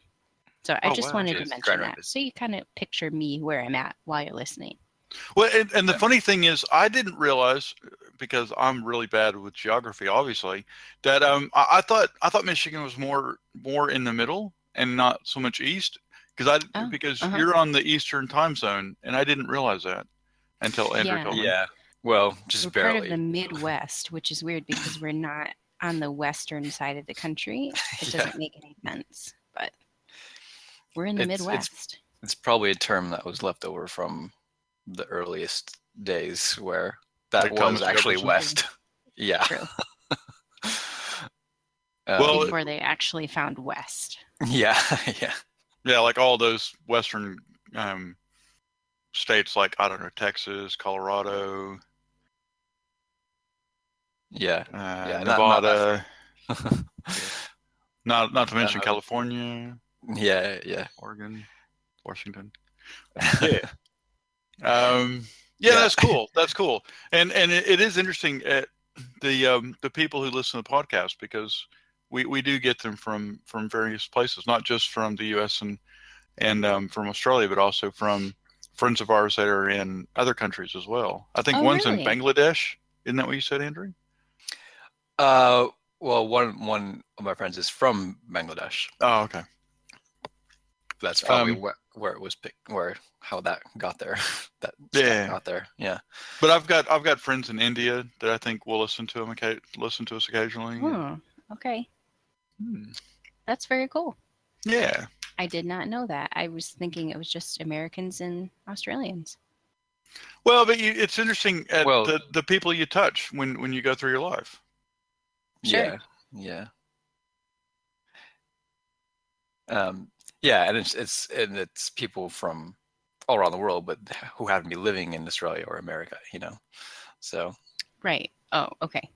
[SPEAKER 3] So I
[SPEAKER 1] Oh,
[SPEAKER 3] just
[SPEAKER 1] wow.
[SPEAKER 3] wanted
[SPEAKER 2] Jeez,
[SPEAKER 3] to mention
[SPEAKER 2] Grand
[SPEAKER 3] that.
[SPEAKER 2] Rapids.
[SPEAKER 3] So you kind of picture me where I'm at while you're listening.
[SPEAKER 1] Well, and, and the
[SPEAKER 2] Yeah.
[SPEAKER 1] funny thing is, I didn't realize because I'm really bad with geography, obviously, that um, I, I thought I thought Michigan was more more in the middle and not so much east because I
[SPEAKER 3] Oh,
[SPEAKER 1] because
[SPEAKER 3] uh-huh.
[SPEAKER 1] you're on the eastern time zone, and I didn't realize that until Andrew
[SPEAKER 3] Yeah.
[SPEAKER 1] told me.
[SPEAKER 2] Yeah. Well, just
[SPEAKER 3] we're
[SPEAKER 2] barely.
[SPEAKER 3] part of the Midwest, which is weird because we're not on the western side of the country. It
[SPEAKER 2] Yeah.
[SPEAKER 3] doesn't make any sense, but we're in the
[SPEAKER 2] It's- it's-
[SPEAKER 3] Midwest.
[SPEAKER 2] it's probably a term that was left over from the earliest days where that
[SPEAKER 1] Like
[SPEAKER 2] was
[SPEAKER 1] Thomas
[SPEAKER 2] actually
[SPEAKER 1] Jefferson?
[SPEAKER 2] west. yeah.
[SPEAKER 3] True.
[SPEAKER 2] Um,
[SPEAKER 1] Well,
[SPEAKER 3] Before they actually found West.
[SPEAKER 2] yeah, yeah,
[SPEAKER 1] Yeah, like all those western um, states, like I don't know, Texas, Colorado,
[SPEAKER 2] yeah.
[SPEAKER 1] uh,
[SPEAKER 2] not- not
[SPEAKER 1] Nevada, not not, to mention
[SPEAKER 2] Uh,
[SPEAKER 1] California,
[SPEAKER 2] yeah, yeah.
[SPEAKER 1] Oregon, Washington. Yeah. Um, yeah,
[SPEAKER 2] Yeah.
[SPEAKER 1] that's cool. That's cool. And and it, it is interesting at the um, the people who listen to the podcast because we, we do get them from from various places, not just from the U.S. and and um, from Australia, but also from friends of ours that are in other countries as well. I think
[SPEAKER 3] Oh,
[SPEAKER 1] one's
[SPEAKER 3] really?
[SPEAKER 1] in Bangladesh. Isn't that what you said, Andrew?
[SPEAKER 2] Uh, well, one one of my friends is from Bangladesh.
[SPEAKER 1] Oh, okay.
[SPEAKER 2] That's probably
[SPEAKER 1] Um,
[SPEAKER 2] where, where it was picked, where how that got there. that stuff
[SPEAKER 1] Yeah.
[SPEAKER 2] got there. Yeah.
[SPEAKER 1] But I've got I've got friends in India that I think will listen to them occa- listen to us occasionally.
[SPEAKER 3] Hmm. Okay.
[SPEAKER 1] Hmm.
[SPEAKER 3] That's very cool.
[SPEAKER 1] Yeah.
[SPEAKER 3] I did not know that. I was thinking it was just Americans and Australians.
[SPEAKER 1] Well, but you, it's interesting at
[SPEAKER 2] Well-
[SPEAKER 1] the, the people you touch when, when you go through your life.
[SPEAKER 3] Sure.
[SPEAKER 2] Yeah. Yeah. Um, yeah, and it's it's and it's people from all around the world, but who happen to be living in Australia or America, you know. So
[SPEAKER 3] Right. Oh, okay.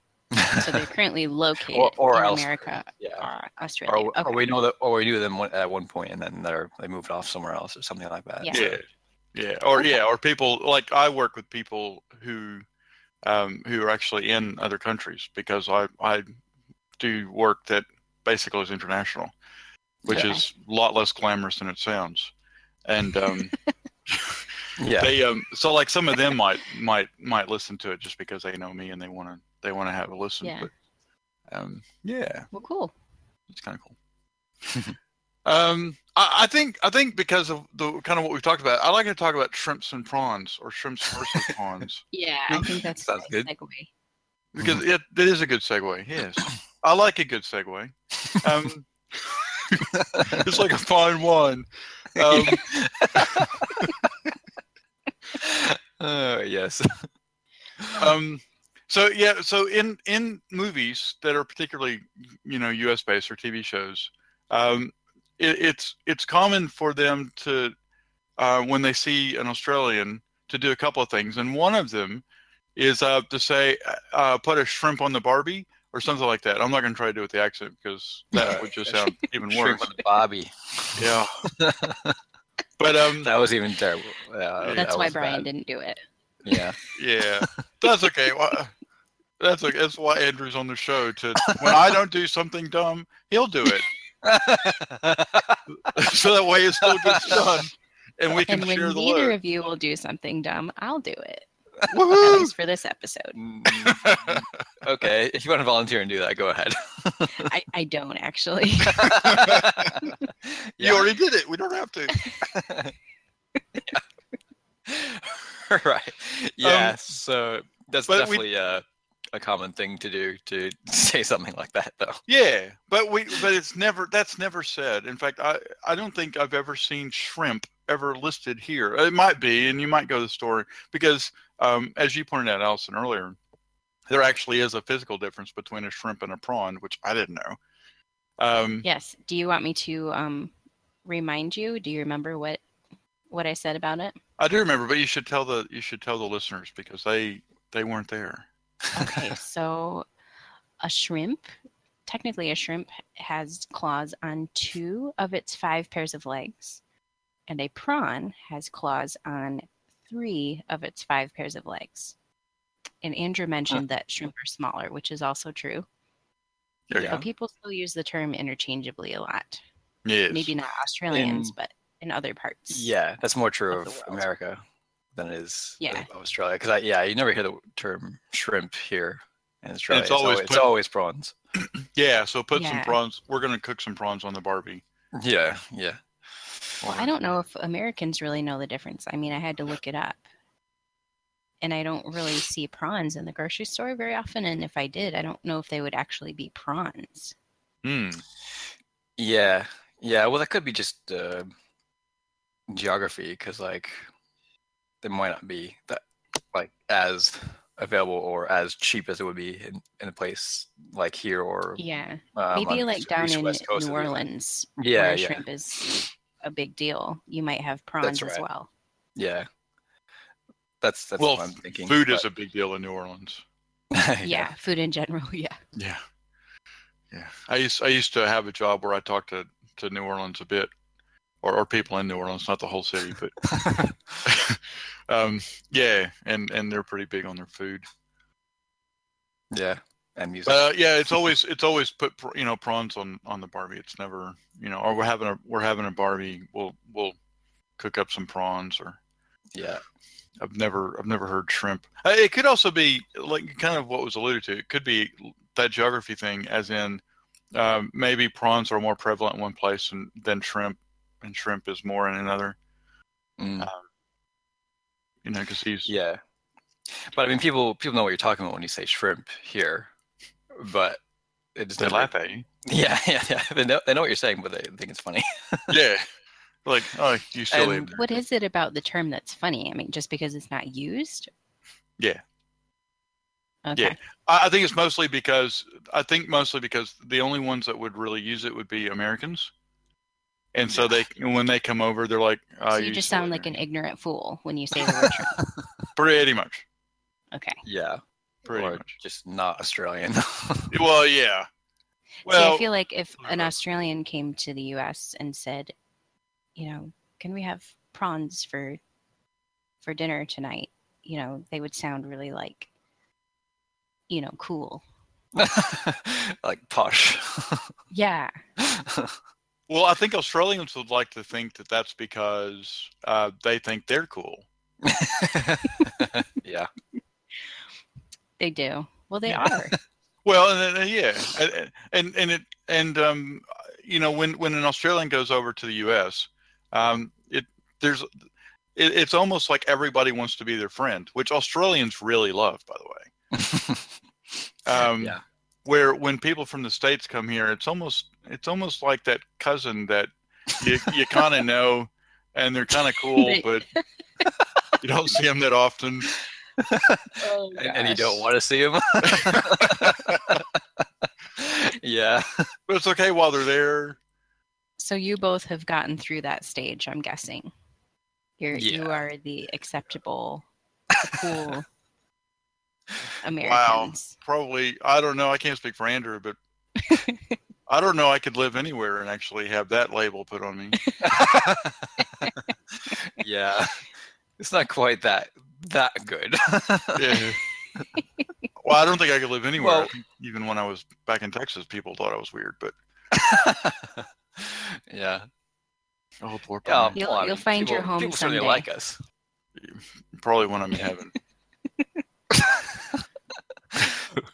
[SPEAKER 3] So they're currently located
[SPEAKER 2] or, or
[SPEAKER 3] in
[SPEAKER 2] else,
[SPEAKER 3] America
[SPEAKER 2] yeah.
[SPEAKER 3] or
[SPEAKER 2] Or,
[SPEAKER 3] Australia. okay.
[SPEAKER 2] or we know that, or we knew them one- at one point, and then they're they moved off somewhere else or something like that.
[SPEAKER 3] Yeah.
[SPEAKER 2] So-
[SPEAKER 1] Yeah. Yeah. Or
[SPEAKER 3] Okay.
[SPEAKER 1] yeah, or people like I work with people who um who are actually in other countries because I I do work that basically is international, which
[SPEAKER 3] Okay.
[SPEAKER 1] is a lot less glamorous than it sounds. And um
[SPEAKER 2] yeah.
[SPEAKER 1] they um so like some of them might might might listen to it just because they know me and they want to they want to have a listen
[SPEAKER 3] Yeah.
[SPEAKER 1] but um yeah
[SPEAKER 3] Well, cool.
[SPEAKER 1] it's kind of cool. um, I, I think I think because of the kind of what we've talked about, I like to talk about shrimps and prawns or shrimps versus prawns
[SPEAKER 3] Yeah, I think that's a
[SPEAKER 2] Sounds
[SPEAKER 3] nice
[SPEAKER 2] good.
[SPEAKER 3] segue.
[SPEAKER 1] because it, it is a good segue. Yes, I like a good segue. Um, it's like a fine wine. Um,
[SPEAKER 2] Uh, yes.
[SPEAKER 1] um so yeah so in in movies that are particularly you know us based or tv shows um it, it's it's common for them to uh, when they see an australian to do a couple of things and one of them is uh, to say uh, put a shrimp on the barbie or something like that i'm not going to try to do it with the accent because that would just sound even
[SPEAKER 2] Shrimp
[SPEAKER 1] worse
[SPEAKER 2] with Bobby.
[SPEAKER 1] yeah but um
[SPEAKER 2] That was even terrible. Yeah, that-
[SPEAKER 3] That's
[SPEAKER 2] that
[SPEAKER 3] why
[SPEAKER 2] was
[SPEAKER 3] Brian
[SPEAKER 2] bad.
[SPEAKER 3] didn't do it.
[SPEAKER 2] Yeah.
[SPEAKER 1] Yeah, that's okay. Why- That's okay. That's why Andrew's on the show. To when I don't do something dumb, he'll do it, so that way it still gets done, and we can
[SPEAKER 3] And when
[SPEAKER 1] share the
[SPEAKER 3] neither
[SPEAKER 1] load.
[SPEAKER 3] of you will do something dumb, I'll do it. That
[SPEAKER 1] Woohoo!
[SPEAKER 3] was for this episode.
[SPEAKER 2] Mm, okay, if you want to volunteer and do that, go ahead.
[SPEAKER 3] I, I don't actually.
[SPEAKER 2] Yeah.
[SPEAKER 1] You already did it. We don't have to.
[SPEAKER 2] right. Yeah. so that's
[SPEAKER 1] but we-
[SPEAKER 2] definitely uh, a common thing to do to say something like that, though.
[SPEAKER 1] Yeah, but we. But it's never. That's never said. In fact, I. I don't think I've ever seen shrimp ever listed here. It might be, and you might go to the store because, um, as you pointed out, Allison earlier, there actually is a physical difference between a shrimp and a prawn, which I didn't know. Um,
[SPEAKER 3] yes. Do you want me to um, remind you? Do you remember what what I said about it?
[SPEAKER 1] I do remember, but you should tell the you should tell the listeners because they They weren't there.
[SPEAKER 3] Okay, so a shrimp, technically a shrimp, has claws on two of its five pairs of legs, and a prawn has claws on three of its five pairs of legs. And
[SPEAKER 2] Uh.
[SPEAKER 3] Andrew mentioned that shrimp are smaller, which is also true.
[SPEAKER 1] There you
[SPEAKER 2] Yeah.
[SPEAKER 3] But people still use the term interchangeably a lot.
[SPEAKER 1] go. Yes.
[SPEAKER 3] Maybe not Australians,
[SPEAKER 2] In-
[SPEAKER 3] but in other parts.
[SPEAKER 2] Yeah, that's more true
[SPEAKER 3] of
[SPEAKER 2] of,
[SPEAKER 3] the world.
[SPEAKER 2] America than it is
[SPEAKER 3] Yeah.
[SPEAKER 2] of Australia. Because I, yeah, you never hear the term shrimp here in Australia. It's,
[SPEAKER 1] always
[SPEAKER 2] always, it's
[SPEAKER 1] put-
[SPEAKER 2] always prawns.
[SPEAKER 1] Yeah. So put some
[SPEAKER 3] Yeah.
[SPEAKER 1] prawns. We're gonna cook some prawns on the barbie.
[SPEAKER 2] Yeah, yeah.
[SPEAKER 3] Well, I don't know if Americans really know the difference. I mean, I had to look it up. And I don't really see prawns in the grocery store very often. And if I did, I don't know if they would actually be prawns.
[SPEAKER 1] Hmm.
[SPEAKER 2] Yeah, yeah. Well, that could be just uh, geography, because like they might not be that like as available or as cheap as it would be in, in a place like here or
[SPEAKER 3] Yeah.
[SPEAKER 2] um, on
[SPEAKER 3] Maybe
[SPEAKER 2] the
[SPEAKER 3] like
[SPEAKER 2] east-
[SPEAKER 3] down
[SPEAKER 2] east-
[SPEAKER 3] in
[SPEAKER 2] west coast
[SPEAKER 3] New
[SPEAKER 2] of the-
[SPEAKER 3] Orleans,
[SPEAKER 2] Yeah,
[SPEAKER 3] where
[SPEAKER 2] yeah,
[SPEAKER 3] shrimp is a big deal, you might have prawns as
[SPEAKER 2] right.
[SPEAKER 3] well.
[SPEAKER 2] yeah. That's that's
[SPEAKER 1] Well,
[SPEAKER 2] what I'm thinking.
[SPEAKER 1] Food is a big deal in New Orleans.
[SPEAKER 2] a
[SPEAKER 3] yeah, food in general. Yeah.
[SPEAKER 1] Yeah. Yeah. I used I used to have a job where I talked to, to New Orleans a bit. Or, or people in New Orleans, not the whole city, but um, yeah, and, and they're pretty big on their food.
[SPEAKER 2] yeah, and music.
[SPEAKER 1] But uh, yeah, it's always it's always put pr- you know prawns on on the barbie. It's never you know, or we're having a we're having a barbie. We'll we'll cook up some prawns. Or
[SPEAKER 2] yeah,
[SPEAKER 1] I've never I've never heard shrimp. Uh, it could also be like kind of what was alluded to. It could be that geography thing, as in um, maybe prawns are more prevalent in one place and than shrimp, and shrimp is more in another.
[SPEAKER 2] mm,
[SPEAKER 1] You know, because he's
[SPEAKER 2] yeah. But I mean, people people know what you're talking about when you say shrimp here, but it just
[SPEAKER 1] they
[SPEAKER 2] never-
[SPEAKER 1] laugh at you.
[SPEAKER 2] Yeah, yeah, yeah. They know, they know what you're saying, but they think it's funny.
[SPEAKER 1] yeah, like oh, you silly.
[SPEAKER 2] And-
[SPEAKER 3] What is it about the term that's funny? I mean, just because it's not used?
[SPEAKER 1] Yeah.
[SPEAKER 3] Okay.
[SPEAKER 1] Yeah. I, I think it's mostly because I think mostly because the only ones that would really use it would be Americans, and so they when they come over, they're like, uh,
[SPEAKER 3] so you just sound like an ignorant fool when you say the word shrimp.
[SPEAKER 1] pretty much,
[SPEAKER 3] Okay.
[SPEAKER 2] Yeah,
[SPEAKER 1] pretty
[SPEAKER 2] or
[SPEAKER 1] much.
[SPEAKER 2] just not Australian.
[SPEAKER 1] Well, yeah.
[SPEAKER 3] See,
[SPEAKER 1] Well,
[SPEAKER 3] I feel like if an
[SPEAKER 1] uh,
[SPEAKER 3] Australian came to the U.S. and said, you know, can we have prawns for for dinner tonight? You know, they would sound really like, you know, cool.
[SPEAKER 2] like posh.
[SPEAKER 3] Yeah,
[SPEAKER 1] well, I think Australians would like to think that that's because uh, they think they're cool.
[SPEAKER 2] yeah,
[SPEAKER 3] they do. Well, they
[SPEAKER 2] Yeah.
[SPEAKER 3] are.
[SPEAKER 1] Well, and, and, yeah, and- and and it and um, you know, when when an Australian goes over to the U.S., um, it there's it, it's almost like everybody wants to be their friend, which Australians really love, by the way. Um,
[SPEAKER 2] yeah,
[SPEAKER 1] Where when people from the states come here, it's almost it's almost like that cousin that you you kind of know, and they're kind of cool,
[SPEAKER 3] They-
[SPEAKER 1] but you don't see them that often.
[SPEAKER 3] oh,
[SPEAKER 2] and, and you don't want to see him. yeah,
[SPEAKER 1] But it's okay while they're there.
[SPEAKER 3] So you both have gotten through that stage, I'm guessing. You're you
[SPEAKER 2] Yeah.
[SPEAKER 3] are the acceptable, the cool
[SPEAKER 1] Wow.
[SPEAKER 3] Americans.
[SPEAKER 1] probably I don't know. I can't speak for Andrew, but I don't know. I could live anywhere and actually have that label put on me.
[SPEAKER 2] yeah. It's not quite that that good.
[SPEAKER 1] Yeah. well, I don't think I could live anywhere. I
[SPEAKER 2] Well-
[SPEAKER 1] think even when I was back in Texas, people thought I was weird. But
[SPEAKER 2] yeah.
[SPEAKER 1] oh, poor
[SPEAKER 2] Yeah,
[SPEAKER 1] Brian.
[SPEAKER 3] You'll-
[SPEAKER 2] well, I mean,
[SPEAKER 3] you'll find your
[SPEAKER 2] people-
[SPEAKER 3] home
[SPEAKER 2] people certainly
[SPEAKER 3] someday.
[SPEAKER 2] like us.
[SPEAKER 1] probably when I'm in heaven.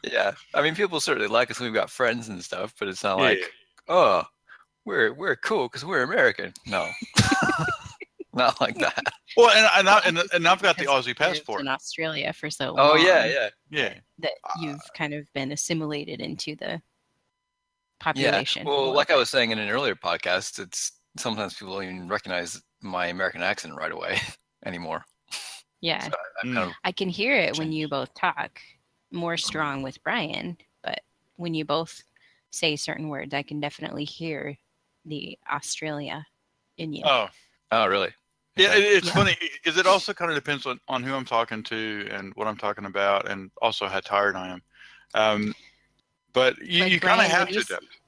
[SPEAKER 2] yeah, I mean, people certainly like us. We've got friends and stuff, but it's not
[SPEAKER 1] Yeah.
[SPEAKER 2] like, oh, we're we're cool because we're American. No, not like that.
[SPEAKER 1] Well, and and, I, and and I've got the
[SPEAKER 3] Because
[SPEAKER 1] Aussie
[SPEAKER 3] lived
[SPEAKER 1] passport.
[SPEAKER 3] in Australia for so long.
[SPEAKER 2] Oh yeah, yeah,
[SPEAKER 1] Yeah,
[SPEAKER 3] That
[SPEAKER 1] Uh,
[SPEAKER 3] you've kind of been assimilated into the
[SPEAKER 2] yeah.
[SPEAKER 3] population. a
[SPEAKER 2] Well,
[SPEAKER 3] little
[SPEAKER 2] like I
[SPEAKER 3] bit.
[SPEAKER 2] was saying in an earlier podcast, it's sometimes people don't even recognize my American accent right away anymore.
[SPEAKER 3] yeah,
[SPEAKER 2] so I'm
[SPEAKER 1] Mm.
[SPEAKER 2] kind of-
[SPEAKER 3] I can hear it when you both talk more
[SPEAKER 1] Mm-hmm.
[SPEAKER 3] strong with Brian, but when you both say certain words, I can definitely hear the Australia in you.
[SPEAKER 1] Oh,
[SPEAKER 2] oh really?
[SPEAKER 1] Yeah, it, it's
[SPEAKER 3] Yeah.
[SPEAKER 1] funny because it also kind of depends on, on who I'm talking to and what I'm talking about, and also how tired I am. Um, but you,
[SPEAKER 3] Like
[SPEAKER 1] you kind of
[SPEAKER 3] Brian,
[SPEAKER 1] have
[SPEAKER 3] when
[SPEAKER 1] to
[SPEAKER 3] you
[SPEAKER 1] adapt.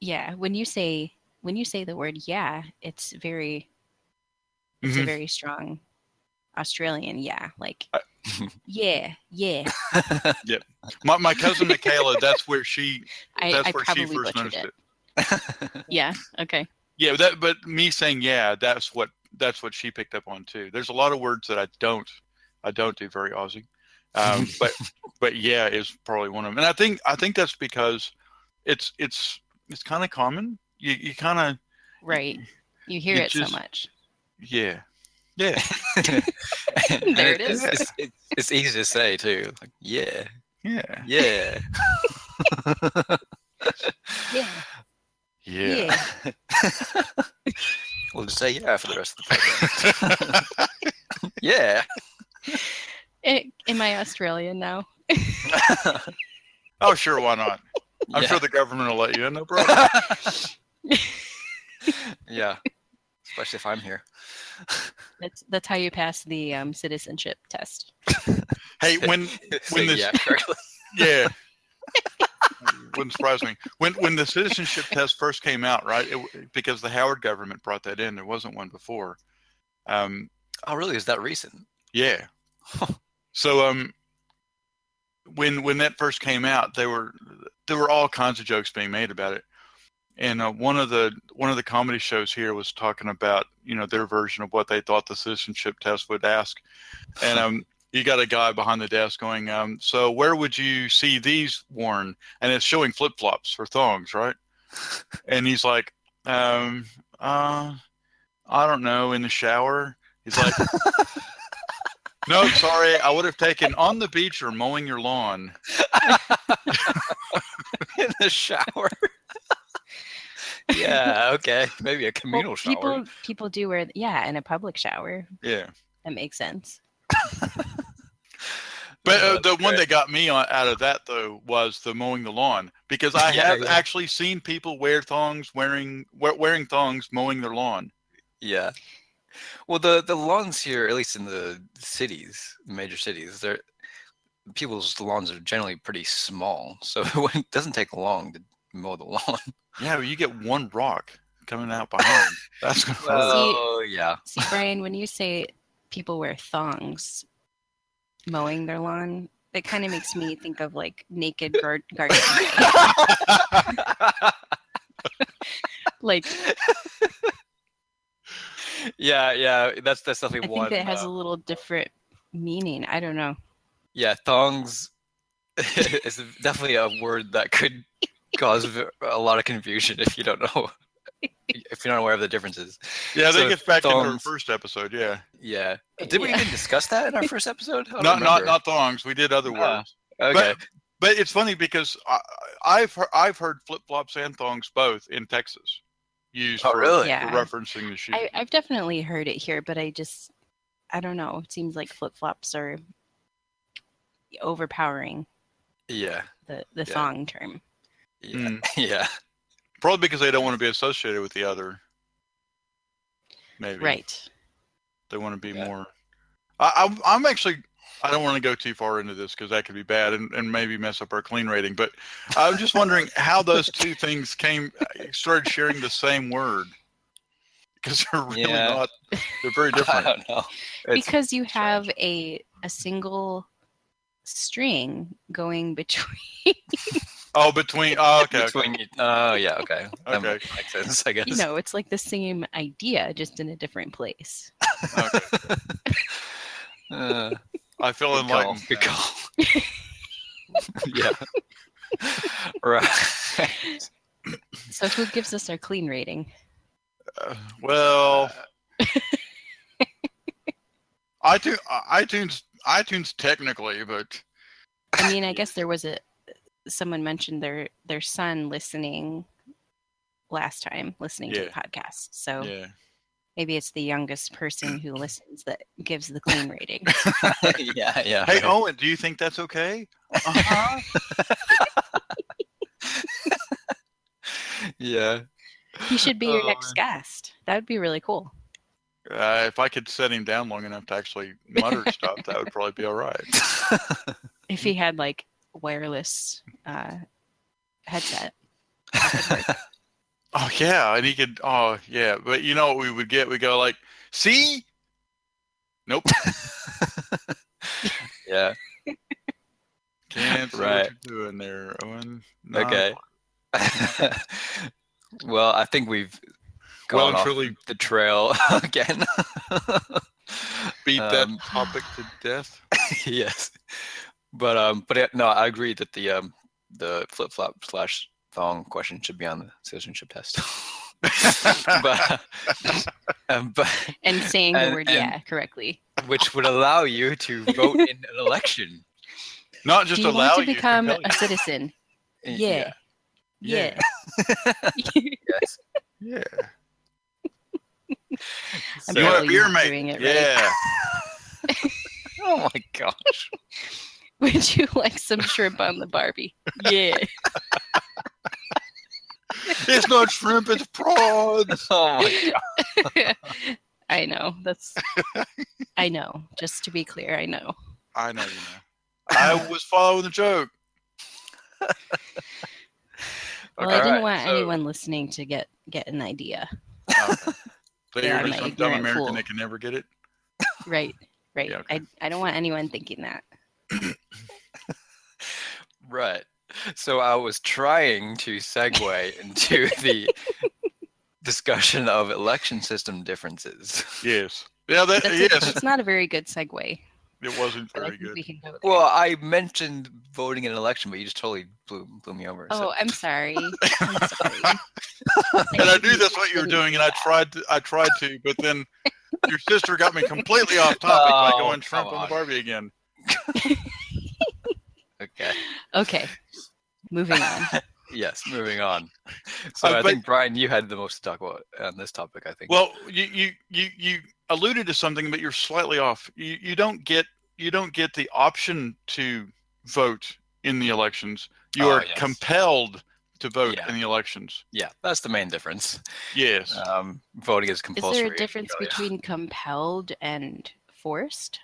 [SPEAKER 3] yeah when you say when you say the word yeah it's very it's
[SPEAKER 1] Mhm.
[SPEAKER 3] a very strong australian yeah like
[SPEAKER 1] I-
[SPEAKER 3] yeah yeah
[SPEAKER 1] My, my cousin Michaela, that's where she
[SPEAKER 3] i,
[SPEAKER 1] that's
[SPEAKER 3] I
[SPEAKER 1] where
[SPEAKER 3] probably
[SPEAKER 1] she first
[SPEAKER 3] butchered
[SPEAKER 1] noticed
[SPEAKER 3] it.
[SPEAKER 1] it.
[SPEAKER 3] yeah okay
[SPEAKER 1] Yeah, that but me saying yeah, that's what that's what she picked up on too. There's a lot of words that I don't I don't do very Aussie, um, but but yeah is probably one of them. And I think I think that's because it's it's it's kind of common. You you kind of
[SPEAKER 3] right you hear
[SPEAKER 1] You
[SPEAKER 3] it
[SPEAKER 1] just-
[SPEAKER 3] so much
[SPEAKER 1] yeah yeah
[SPEAKER 2] And
[SPEAKER 3] There it is.
[SPEAKER 2] It's, it's, it's easy to say too. Like, yeah,
[SPEAKER 1] yeah
[SPEAKER 2] yeah,
[SPEAKER 3] yeah yeah,
[SPEAKER 1] yeah.
[SPEAKER 2] We'll just say yeah for the rest of the program. yeah.
[SPEAKER 3] A- Eh, am i australian now
[SPEAKER 1] oh sure, why not? I'm
[SPEAKER 2] yeah.
[SPEAKER 1] sure the government will let you in, no problem.
[SPEAKER 2] yeah. Especially if I'm here.
[SPEAKER 3] that's that's how you pass the um, citizenship test
[SPEAKER 1] hey, when
[SPEAKER 2] Say
[SPEAKER 1] this-
[SPEAKER 2] yeah correctly.
[SPEAKER 1] Yeah. Wouldn't surprise me. When when the citizenship test first came out, right? It, because the Howard government brought that in. There wasn't one before. Um,
[SPEAKER 2] Oh, really? Is that recent?
[SPEAKER 1] yeah. So um, when when that first came out, there were there were all kinds of jokes being made about it. And uh, one of the one of the comedy shows here was talking about you know their version of what they thought the citizenship test would ask, and um, you got a guy behind the desk going, um, so where would you see these worn? And it's showing flip flops or thongs, right? And he's like, um, uh, I don't know, in the shower. He's like, no, sorry, I would have taken on the beach or mowing your lawn.
[SPEAKER 2] In the shower. yeah, okay. Maybe a
[SPEAKER 3] Well,
[SPEAKER 2] communal shower.
[SPEAKER 3] people people do wear yeah in a public shower
[SPEAKER 1] Yeah.
[SPEAKER 3] that makes sense
[SPEAKER 1] But
[SPEAKER 2] Oh,
[SPEAKER 1] uh, the
[SPEAKER 2] that's
[SPEAKER 1] one
[SPEAKER 2] great.
[SPEAKER 1] that got me on, out of that though was the mowing the lawn because I
[SPEAKER 2] Yeah,
[SPEAKER 1] have
[SPEAKER 2] yeah.
[SPEAKER 1] actually seen people wear thongs, wearing we- wearing thongs, mowing their lawn.
[SPEAKER 2] Yeah. Well, the the lawns here, at least in the cities, the major cities, they're people's lawns are generally pretty small, so it doesn't take long to mow the lawn.
[SPEAKER 1] Yeah, but you get one rock coming out behind. That's gonna hurt.
[SPEAKER 2] Oh yeah,
[SPEAKER 3] see brian when you say people wear thongs mowing their lawn that kind of makes me think of like naked gar- garden like
[SPEAKER 2] yeah, yeah. That's that's
[SPEAKER 3] i
[SPEAKER 2] definitely
[SPEAKER 3] think
[SPEAKER 2] one.
[SPEAKER 3] that has a
[SPEAKER 2] uh,
[SPEAKER 3] little different meaning i don't know
[SPEAKER 2] yeah, thongs is definitely a word that could cause v- a lot of confusion if you don't know if you're not aware of the differences.
[SPEAKER 1] Yeah,
[SPEAKER 2] So
[SPEAKER 1] that gets back into our
[SPEAKER 2] thongs.
[SPEAKER 1] first episode. Yeah,
[SPEAKER 2] Yeah. Did we
[SPEAKER 3] Yeah.
[SPEAKER 2] even discuss that in our first episode? I don't
[SPEAKER 1] not not
[SPEAKER 2] remember.
[SPEAKER 1] not thongs. We did other
[SPEAKER 2] Ah.
[SPEAKER 1] words,
[SPEAKER 2] Okay.
[SPEAKER 1] but it's funny because I, I've heard, I've heard flip flops and thongs both in Texas used
[SPEAKER 2] Oh,
[SPEAKER 1] for,
[SPEAKER 2] really?
[SPEAKER 1] for
[SPEAKER 3] Yeah.
[SPEAKER 1] referencing the shoe.
[SPEAKER 3] I, I've definitely heard it here, but I just, I don't know. It seems like flip flops are overpowering
[SPEAKER 2] yeah.
[SPEAKER 3] the, the
[SPEAKER 2] Yeah.
[SPEAKER 3] thong term.
[SPEAKER 2] Yeah.
[SPEAKER 1] Mm.
[SPEAKER 2] Yeah.
[SPEAKER 1] Probably because they don't want to be associated with the other. Maybe
[SPEAKER 3] Right.
[SPEAKER 1] They want to be
[SPEAKER 2] Yeah.
[SPEAKER 1] more. I, I'm I'm actually I don't want to go too far into this because that could be bad and, and maybe mess up our clean rating. But I'm just wondering how those two things came uh, started sharing the same word because they're really
[SPEAKER 2] Yeah.
[SPEAKER 1] not. They're very
[SPEAKER 2] I
[SPEAKER 1] different.
[SPEAKER 2] don't know. It's-
[SPEAKER 3] because you have a, a single string going between.
[SPEAKER 1] Oh, between. Oh, okay. okay.
[SPEAKER 2] Between, oh yeah, okay. That
[SPEAKER 1] Okay.
[SPEAKER 2] makes sense, I guess.
[SPEAKER 3] You know, it's like the same idea, just in a different place.
[SPEAKER 1] okay.
[SPEAKER 2] Uh,
[SPEAKER 1] I feel
[SPEAKER 2] good call,
[SPEAKER 1] enlightened.
[SPEAKER 2] good
[SPEAKER 1] now.
[SPEAKER 2] call. yeah. right.
[SPEAKER 3] So, who gives us our clean rating?
[SPEAKER 1] Uh, well,
[SPEAKER 2] Uh.
[SPEAKER 1] iTunes, iTunes, iTunes, technically, but
[SPEAKER 3] I mean, I guess there was a someone mentioned their their son listening last time, listening to the
[SPEAKER 1] Yeah.
[SPEAKER 3] podcast. So.
[SPEAKER 1] yeah.
[SPEAKER 3] Maybe it's the youngest person who listens that gives the clean rating.
[SPEAKER 2] yeah, yeah.
[SPEAKER 1] Hey, Owen, do you think that's okay? Uh-huh.
[SPEAKER 2] Yeah.
[SPEAKER 3] He should be your
[SPEAKER 2] Oh,
[SPEAKER 3] next guest. That would be really cool.
[SPEAKER 1] Uh, if I could set him down long enough to actually mutter stuff, that would probably be all right.
[SPEAKER 3] If he had like wireless uh, headset.
[SPEAKER 1] Oh yeah, and he could. Oh yeah, but you know what we would get? We go like, see, nope,
[SPEAKER 2] yeah.
[SPEAKER 1] can't see
[SPEAKER 2] Right.
[SPEAKER 1] what you're doing there, Owen. No.
[SPEAKER 2] Okay. well, I think we've
[SPEAKER 1] Well
[SPEAKER 2] gone
[SPEAKER 1] and
[SPEAKER 2] off
[SPEAKER 1] truly
[SPEAKER 2] the trail again.
[SPEAKER 1] beat that
[SPEAKER 2] Um,
[SPEAKER 1] topic to death.
[SPEAKER 2] yes, but um, but it, no, I agree that the um, the flip flop slash thong question should be on the citizenship test. but um, but
[SPEAKER 3] And saying
[SPEAKER 2] And-
[SPEAKER 3] the word
[SPEAKER 2] and-
[SPEAKER 3] yeah correctly.
[SPEAKER 2] which would allow you to vote in an election.
[SPEAKER 1] Not just
[SPEAKER 3] Do you
[SPEAKER 1] allow
[SPEAKER 3] want to
[SPEAKER 1] you
[SPEAKER 3] become
[SPEAKER 1] compel
[SPEAKER 3] a citizen?
[SPEAKER 2] Y-
[SPEAKER 3] Yeah.
[SPEAKER 1] Yeah.
[SPEAKER 3] Yeah.
[SPEAKER 2] Yes.
[SPEAKER 1] you. Yeah.
[SPEAKER 3] I'm
[SPEAKER 1] you want a
[SPEAKER 3] probably
[SPEAKER 1] beer,
[SPEAKER 3] not
[SPEAKER 1] mate?
[SPEAKER 3] doing it right.
[SPEAKER 1] yeah.
[SPEAKER 2] oh my gosh.
[SPEAKER 3] Would you like some shrimp on the Barbie? Yeah.
[SPEAKER 1] It's not shrimp, it's prawns.
[SPEAKER 2] Oh my
[SPEAKER 3] I know. That's I know. Just to be clear, I know.
[SPEAKER 1] I know you know. I was following the joke.
[SPEAKER 3] Well, I
[SPEAKER 2] Okay.
[SPEAKER 3] didn't
[SPEAKER 2] Alright,
[SPEAKER 3] want
[SPEAKER 2] so-
[SPEAKER 3] anyone listening to get get an idea.
[SPEAKER 1] Okay. So
[SPEAKER 3] Yeah,
[SPEAKER 1] you're
[SPEAKER 3] I'm
[SPEAKER 1] just
[SPEAKER 3] an
[SPEAKER 1] some dumb
[SPEAKER 3] ignorant
[SPEAKER 1] American
[SPEAKER 3] fool.
[SPEAKER 1] that can never get it?
[SPEAKER 3] Right. Right.
[SPEAKER 1] Yeah, okay.
[SPEAKER 3] I I don't want anyone thinking that.
[SPEAKER 2] Right. So I was trying to segue into the discussion of election system differences.
[SPEAKER 1] Yes. Yeah, that,
[SPEAKER 3] That's
[SPEAKER 1] yes.
[SPEAKER 3] it's not a very good segue.
[SPEAKER 1] It wasn't
[SPEAKER 3] But I
[SPEAKER 1] very
[SPEAKER 3] think
[SPEAKER 1] good.
[SPEAKER 3] we can go there.
[SPEAKER 2] Well, I mentioned voting in an election, but you just totally blew, blew me over.
[SPEAKER 3] Oh,
[SPEAKER 2] so-
[SPEAKER 3] I'm sorry. I'm sorry.
[SPEAKER 1] and I knew that's what you were doing, and I tried to, I tried to, but then your sister got me completely off topic by
[SPEAKER 2] Oh,
[SPEAKER 1] going Trump
[SPEAKER 2] come
[SPEAKER 1] on. the
[SPEAKER 2] on.
[SPEAKER 1] Barbie again.
[SPEAKER 2] okay.
[SPEAKER 3] Okay. Moving on.
[SPEAKER 2] Yes, moving on. So
[SPEAKER 1] Uh,
[SPEAKER 2] I
[SPEAKER 1] but-
[SPEAKER 2] think Brian, you had the most to talk about on this topic. I think.
[SPEAKER 1] Well, you you you you alluded to something, but you're slightly off. You you don't get you don't get the option to vote in the elections. You
[SPEAKER 2] Oh,
[SPEAKER 1] are
[SPEAKER 2] yes.
[SPEAKER 1] compelled to vote
[SPEAKER 2] Yeah.
[SPEAKER 1] in the elections.
[SPEAKER 2] yeah, that's the main difference.
[SPEAKER 1] Yes.
[SPEAKER 2] Um, voting is
[SPEAKER 3] Is
[SPEAKER 2] compulsory. Oh,
[SPEAKER 3] there a
[SPEAKER 2] in
[SPEAKER 3] difference
[SPEAKER 2] Australia.
[SPEAKER 3] between compelled and forced?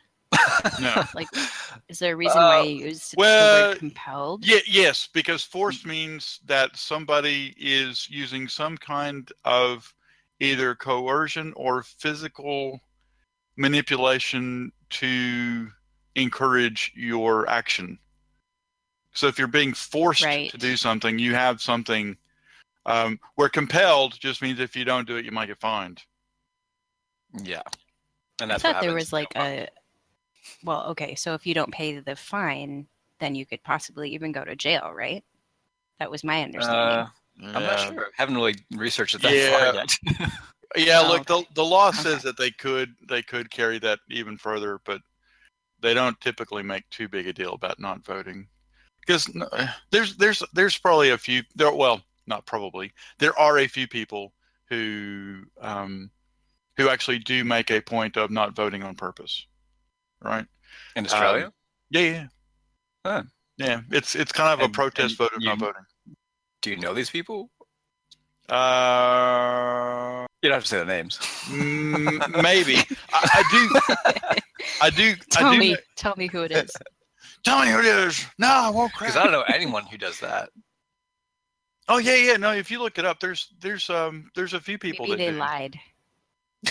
[SPEAKER 1] no.
[SPEAKER 3] Like, is there a reason
[SPEAKER 2] Uh,
[SPEAKER 3] why you use the
[SPEAKER 1] well,
[SPEAKER 3] word compelled?
[SPEAKER 1] Yeah, yes, because force means that somebody is using some kind of either coercion or physical manipulation to encourage your action. So if you're being forced
[SPEAKER 3] Right.
[SPEAKER 1] to do something, you have something. Um, where compelled just means if you don't do it, you might get fined.
[SPEAKER 2] Yeah. And
[SPEAKER 3] I
[SPEAKER 2] that's what
[SPEAKER 3] thought there
[SPEAKER 2] happens.
[SPEAKER 3] was like a. Well, okay, so if you don't pay the fine, then you could possibly even go to jail, right? That was my
[SPEAKER 2] Uh,
[SPEAKER 3] understanding.
[SPEAKER 2] I'm not sure. haven't really researched it that far
[SPEAKER 1] Yeah.
[SPEAKER 2] yet.
[SPEAKER 1] Yeah,
[SPEAKER 3] Oh,
[SPEAKER 1] look, the the law
[SPEAKER 3] Okay.
[SPEAKER 1] says that they could they could carry that even further, but they don't typically make too big a deal about not voting because uh, there's there's there's probably a few there. Well, not probably. There are a few people who um, who actually do make a point of not voting on purpose, right?
[SPEAKER 3] Um,
[SPEAKER 2] In Australia?
[SPEAKER 1] Yeah, yeah,
[SPEAKER 2] Huh.
[SPEAKER 1] yeah. It's it's kind of a
[SPEAKER 2] And-
[SPEAKER 1] protest
[SPEAKER 2] and
[SPEAKER 1] vote of not
[SPEAKER 2] you-
[SPEAKER 1] voting.
[SPEAKER 2] Do you know these people?
[SPEAKER 1] Uh,
[SPEAKER 2] You don't have to say their names.
[SPEAKER 1] Mm, maybe I, I do. I do.
[SPEAKER 3] tell
[SPEAKER 1] I do
[SPEAKER 3] me, tell me who it is.
[SPEAKER 1] Tell me who it is. No, I won't cry.
[SPEAKER 2] Because I don't know anyone who does that.
[SPEAKER 1] oh yeah, yeah. No, if you look it up, there's there's um there's a few people
[SPEAKER 3] Maybe
[SPEAKER 1] that
[SPEAKER 3] they
[SPEAKER 1] do.
[SPEAKER 3] lied.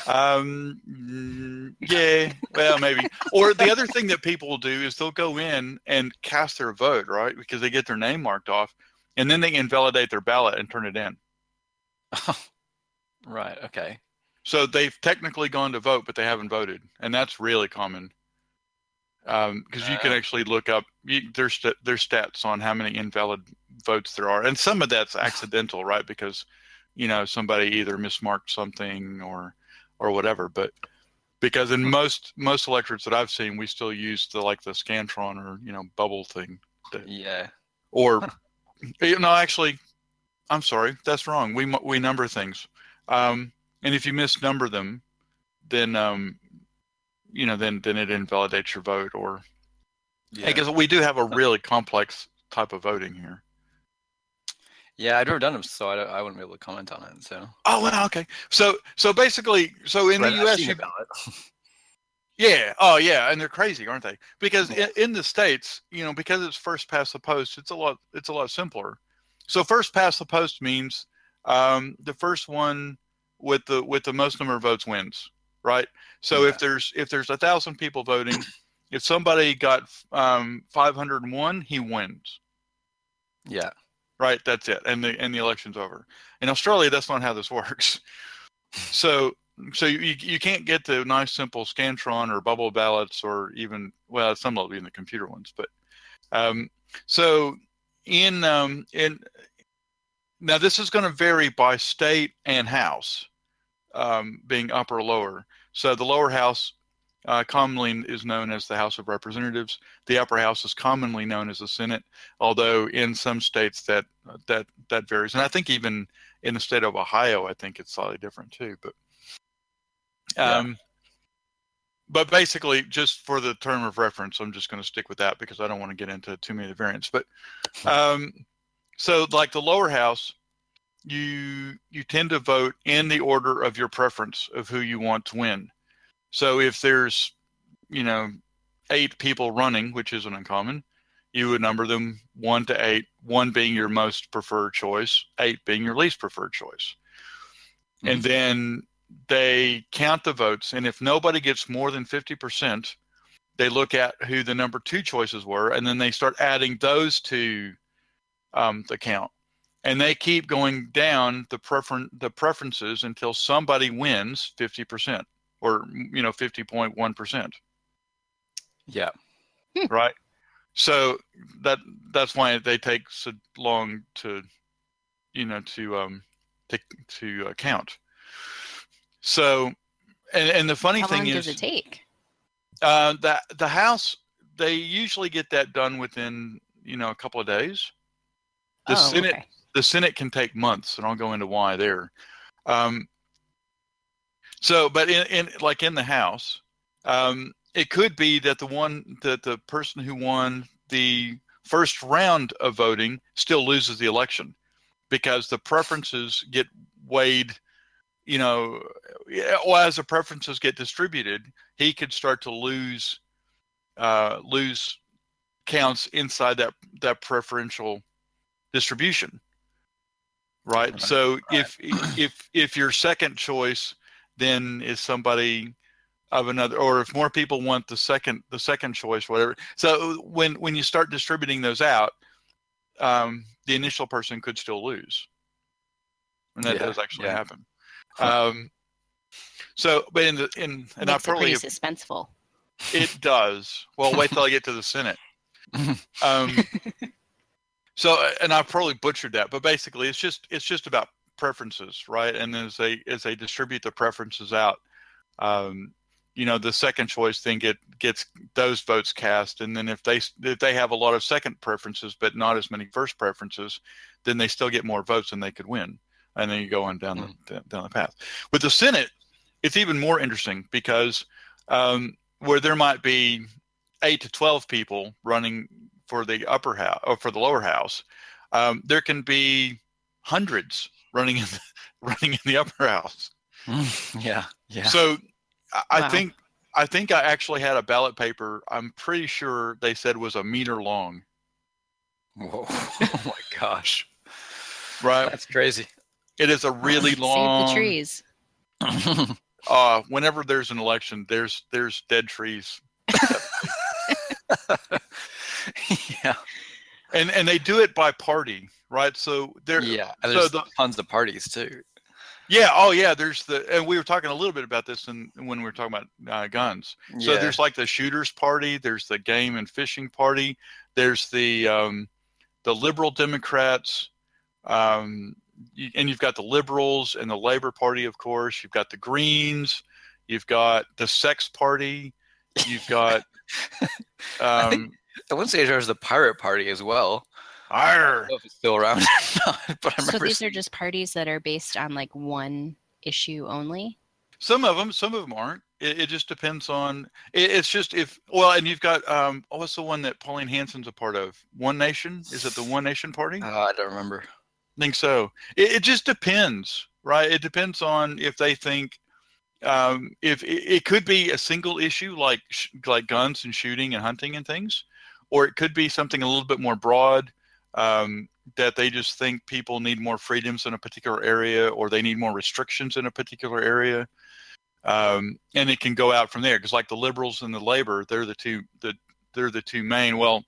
[SPEAKER 1] Um, mm, yeah. Well, maybe. Or the other thing that people will do is they'll go in and cast their vote, right? Because they get their name marked off, and then they invalidate their ballot and turn it in.
[SPEAKER 2] Right. Okay.
[SPEAKER 1] So they've technically gone to vote, but they haven't voted, and that's really common. Because you can
[SPEAKER 2] Uh.
[SPEAKER 1] actually look up you, there's st- there's stats on how many invalid votes there are, and some of that's accidental, right? Because you know somebody either mismarked something or or whatever. But because in most most electorates that I've seen, we still use the like the scantron or you know bubble thing,
[SPEAKER 2] Yeah.
[SPEAKER 1] or you no, actually, I'm sorry, that's wrong. We mu- we number things, um, and if you misnumber them, then um, you know then then it invalidates your vote. Or
[SPEAKER 2] Yeah.
[SPEAKER 1] I guess we do have a really complex type of voting here.
[SPEAKER 2] Yeah, I've never done them, so I, don't- I wouldn't be able to comment on it. So
[SPEAKER 1] Oh wow, okay. So so basically, so in
[SPEAKER 2] But
[SPEAKER 1] the
[SPEAKER 2] I've
[SPEAKER 1] U.S.
[SPEAKER 2] seen
[SPEAKER 1] you
[SPEAKER 2] about it.
[SPEAKER 1] Yeah. Oh, yeah. And they're crazy, aren't they? Because
[SPEAKER 2] Yeah.
[SPEAKER 1] in, in the states, you know, because it's first past the post, it's a lot. It's a lot simpler. So first past the post means um, the first one with the with the most number of votes wins, right? So
[SPEAKER 2] Yeah.
[SPEAKER 1] if there's if there's a thousand people voting, if somebody got um, 501, he wins,
[SPEAKER 2] Yeah,
[SPEAKER 1] right? That's it, and the and the election's over. In Australia, that's not how this works. So so you, you you can't get the nice simple scantron or bubble ballots or even well some will be in the computer ones but um, so in um, in now this is going to vary by state and house um, being upper or lower so the lower house uh, commonly is known as the House of Representatives the upper house is commonly known as the Senate although in some states that that that varies and I think even in the state of Ohio I think it's slightly different too but
[SPEAKER 2] Yeah.
[SPEAKER 1] um, but basically, just for the term of reference, I'm just going to stick with that because I don't want to get into too many of the variants. But um, so, like the lower house, you you tend to vote in the order of your preference of who you want to win. So if there's, you know, eight people running, which isn't uncommon, you would number them one to eight, one being your most preferred choice, eight being your least preferred choice. And
[SPEAKER 2] Mhm.
[SPEAKER 1] then they count the votes, and if nobody gets more than 50%, they look at who the number two choices were, and then they start adding those to um, the count. And they keep going down the prefer- the preferences until somebody wins 50% or you know 50.1%,
[SPEAKER 2] yeah,
[SPEAKER 1] right? So that that's why they take so long to you know to um to to uh, count. So and and the funny
[SPEAKER 3] How
[SPEAKER 1] thing
[SPEAKER 3] long
[SPEAKER 1] is
[SPEAKER 3] does it take?
[SPEAKER 1] uh, the the house they usually get that done within you know a couple of days. The
[SPEAKER 3] oh,
[SPEAKER 1] Senate
[SPEAKER 3] okay.
[SPEAKER 1] the Senate can take months, and I'll go into why there. Um, so, but in, in like in the House, um, it could be that the one that the person who won the first round of voting still loses the election because the preferences get weighed. You know, yeah, or as the preferences get distributed, he could start to lose uh, lose counts inside that that preferential distribution right,
[SPEAKER 2] Right,
[SPEAKER 1] so if if if your second choice then is somebody of another or if more people want the second the second choice whatever so when when you start distributing those out um, the initial person could still lose and that
[SPEAKER 2] Yeah,
[SPEAKER 1] does actually
[SPEAKER 2] yeah.
[SPEAKER 1] happen
[SPEAKER 2] Huh.
[SPEAKER 1] um, so but in the in and i
[SPEAKER 3] Makes it
[SPEAKER 1] probably
[SPEAKER 3] pretty suspenseful.
[SPEAKER 1] it does. Well, wait till I get to the Senate. Um, so, and I probably butchered that, but basically, it's just it's just about preferences, right? And as they as they distribute the preferences out, um, you know, the second choice thing get gets those votes cast, and then if they if they have a lot of second preferences but not as many first preferences, then they still get more votes and they could win. And then you go on down the down the path. With the Senate, it's even more interesting because um, where there might be eight to twelve people running for the upper house or for the lower house, um, there can be hundreds running in the, running in the upper house.
[SPEAKER 2] yeah, yeah.
[SPEAKER 1] So I, I
[SPEAKER 3] Wow.
[SPEAKER 1] think I think I actually had a ballot paper. I'm pretty sure they said was a meter long.
[SPEAKER 2] Whoa! Oh my gosh!
[SPEAKER 1] Right.
[SPEAKER 2] That's crazy.
[SPEAKER 1] It is a really long.
[SPEAKER 3] Save the trees.
[SPEAKER 1] Uh, whenever there's an election, there's there's dead trees,
[SPEAKER 2] yeah,
[SPEAKER 1] and and they do it by party, right? So there,
[SPEAKER 2] yeah.
[SPEAKER 1] so
[SPEAKER 2] And there's
[SPEAKER 1] the-
[SPEAKER 2] tons of parties too.
[SPEAKER 1] yeah, oh yeah. There's the and we were talking a little bit about this, and when we were talking about uh, guns. So
[SPEAKER 2] yeah.
[SPEAKER 1] there's like the shooters party, there's the game and fishing party, there's the um, the liberal Democrats, um, you- and you've got the liberals and the Labor Party, of course. You've got the Greens, you've got the Sex Party, you've got um,
[SPEAKER 2] At one stage, there was the pirate party as well. I
[SPEAKER 1] Arr.
[SPEAKER 2] don't know if it's still around, or not, but I
[SPEAKER 3] So
[SPEAKER 2] remember.
[SPEAKER 3] these are
[SPEAKER 2] seeing-
[SPEAKER 3] just parties that are based on like one issue only.
[SPEAKER 1] Some of them, some of them aren't. It, it just depends on. It, it's just if well, and you've got um, what's the one that Pauline Hanson's a part of? One Nation is it the One Nation Party?
[SPEAKER 2] Uh, I Ah, don't remember.
[SPEAKER 1] think so. It, it just depends, right? It depends on if they think um, if it, it could be a single issue like sh- like guns and shooting and hunting and things, or it could be something a little bit more broad um, that they just think people need more freedoms in a particular area or they need more restrictions in a particular area. Um, and it can go out from there because like the liberals and the labor, they're the two the they're the two main. Well,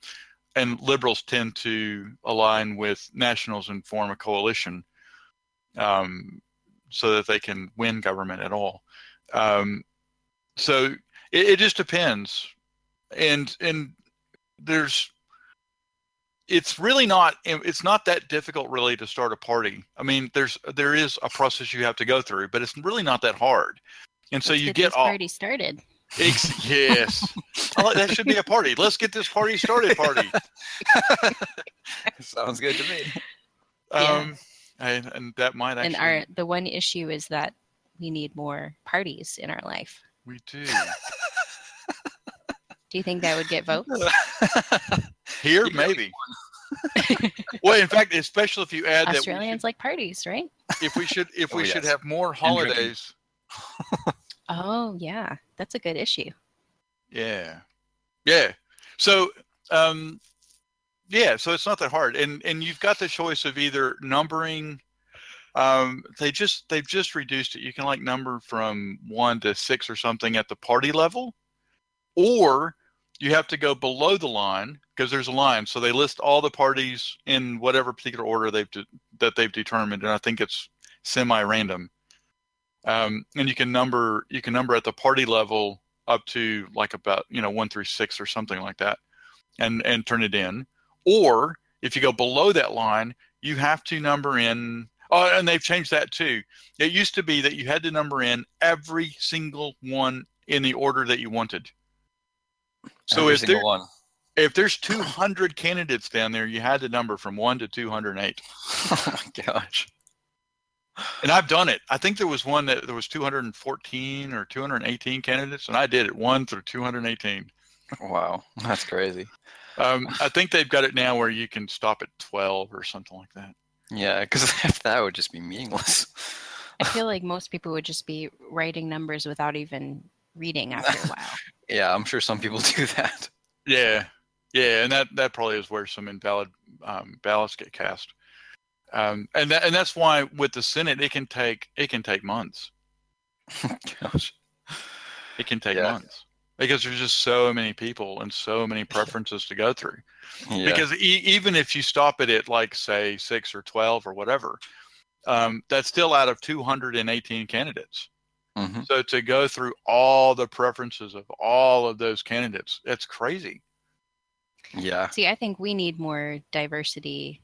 [SPEAKER 1] and liberals tend to align with nationals and form a coalition um, so that they can win government at all. Um, so it, it just depends, and and there's it's really not it's not that difficult really to start a party. I mean, there's there is a process you have to go through, but it's really not that hard. And so
[SPEAKER 3] Let's
[SPEAKER 1] you
[SPEAKER 3] this
[SPEAKER 1] get all
[SPEAKER 3] party started.
[SPEAKER 1] Ex- yes. I like- that should be a party. Let's get this party started party.
[SPEAKER 2] Sounds good to me.
[SPEAKER 1] Um and, and that might actually
[SPEAKER 3] and our the one issue is that we need more parties in our life.
[SPEAKER 1] we do.
[SPEAKER 3] Do you think that would get votes?
[SPEAKER 1] Here
[SPEAKER 2] You can only
[SPEAKER 1] maybe. well, in fact, especially if you add that we
[SPEAKER 3] Australians like parties, right?
[SPEAKER 1] should- if we should if
[SPEAKER 2] Oh,
[SPEAKER 1] we should
[SPEAKER 2] yes.
[SPEAKER 1] have more
[SPEAKER 2] drinking.
[SPEAKER 1] holidays.
[SPEAKER 3] Oh yeah, that's a good issue.
[SPEAKER 1] Yeah. Yeah. So um yeah, so it's not that hard. And and you've got the choice of either numbering um they just they've just reduced it. You can like number from 1 to 6 or something at the party level or you have to go below the line because there's a line. So they list all the parties in whatever particular order they've de- that they've determined and I think it's semi random. Um and you can number you can number at the party level up to like about you know one through six or something like that and and turn it in or if you go below that line you have to number in oh and they've changed that too it used to be that you had to number in every single one in the order that you wanted so
[SPEAKER 2] Every
[SPEAKER 1] if
[SPEAKER 2] single
[SPEAKER 1] there,
[SPEAKER 2] one.
[SPEAKER 1] if there's 200 candidates down there you had to number from 1 to 208
[SPEAKER 2] oh my gosh.
[SPEAKER 1] and i've done it i think there was one that there was 214 or 218 candidates and i did it 1 through 218
[SPEAKER 2] Wow. That's crazy.
[SPEAKER 1] Um, I think they've got it now where you can stop at twelve or something like that.
[SPEAKER 2] Yeah, because that would just be meaningless.
[SPEAKER 3] I feel like most people would just be writing numbers without even reading after a while.
[SPEAKER 2] Yeah, I'm sure some people do that.
[SPEAKER 1] Yeah, yeah, and that that probably is where some invalid um, ballots get cast, um, and that and that's why with the Senate it can take it can take months.
[SPEAKER 2] Oh, Gosh.
[SPEAKER 1] It can take
[SPEAKER 2] Yeah.
[SPEAKER 1] months because there's just so many people and so many preferences to go through.
[SPEAKER 2] Yeah.
[SPEAKER 1] Because e- even if you stop it at like say six or twelve or whatever, um, that's still out of two hundred and eighteen candidates.
[SPEAKER 2] Mhm.
[SPEAKER 1] So to go through all the preferences of all of those candidates, that's crazy.
[SPEAKER 2] Yeah.
[SPEAKER 3] See, I think we need more diversity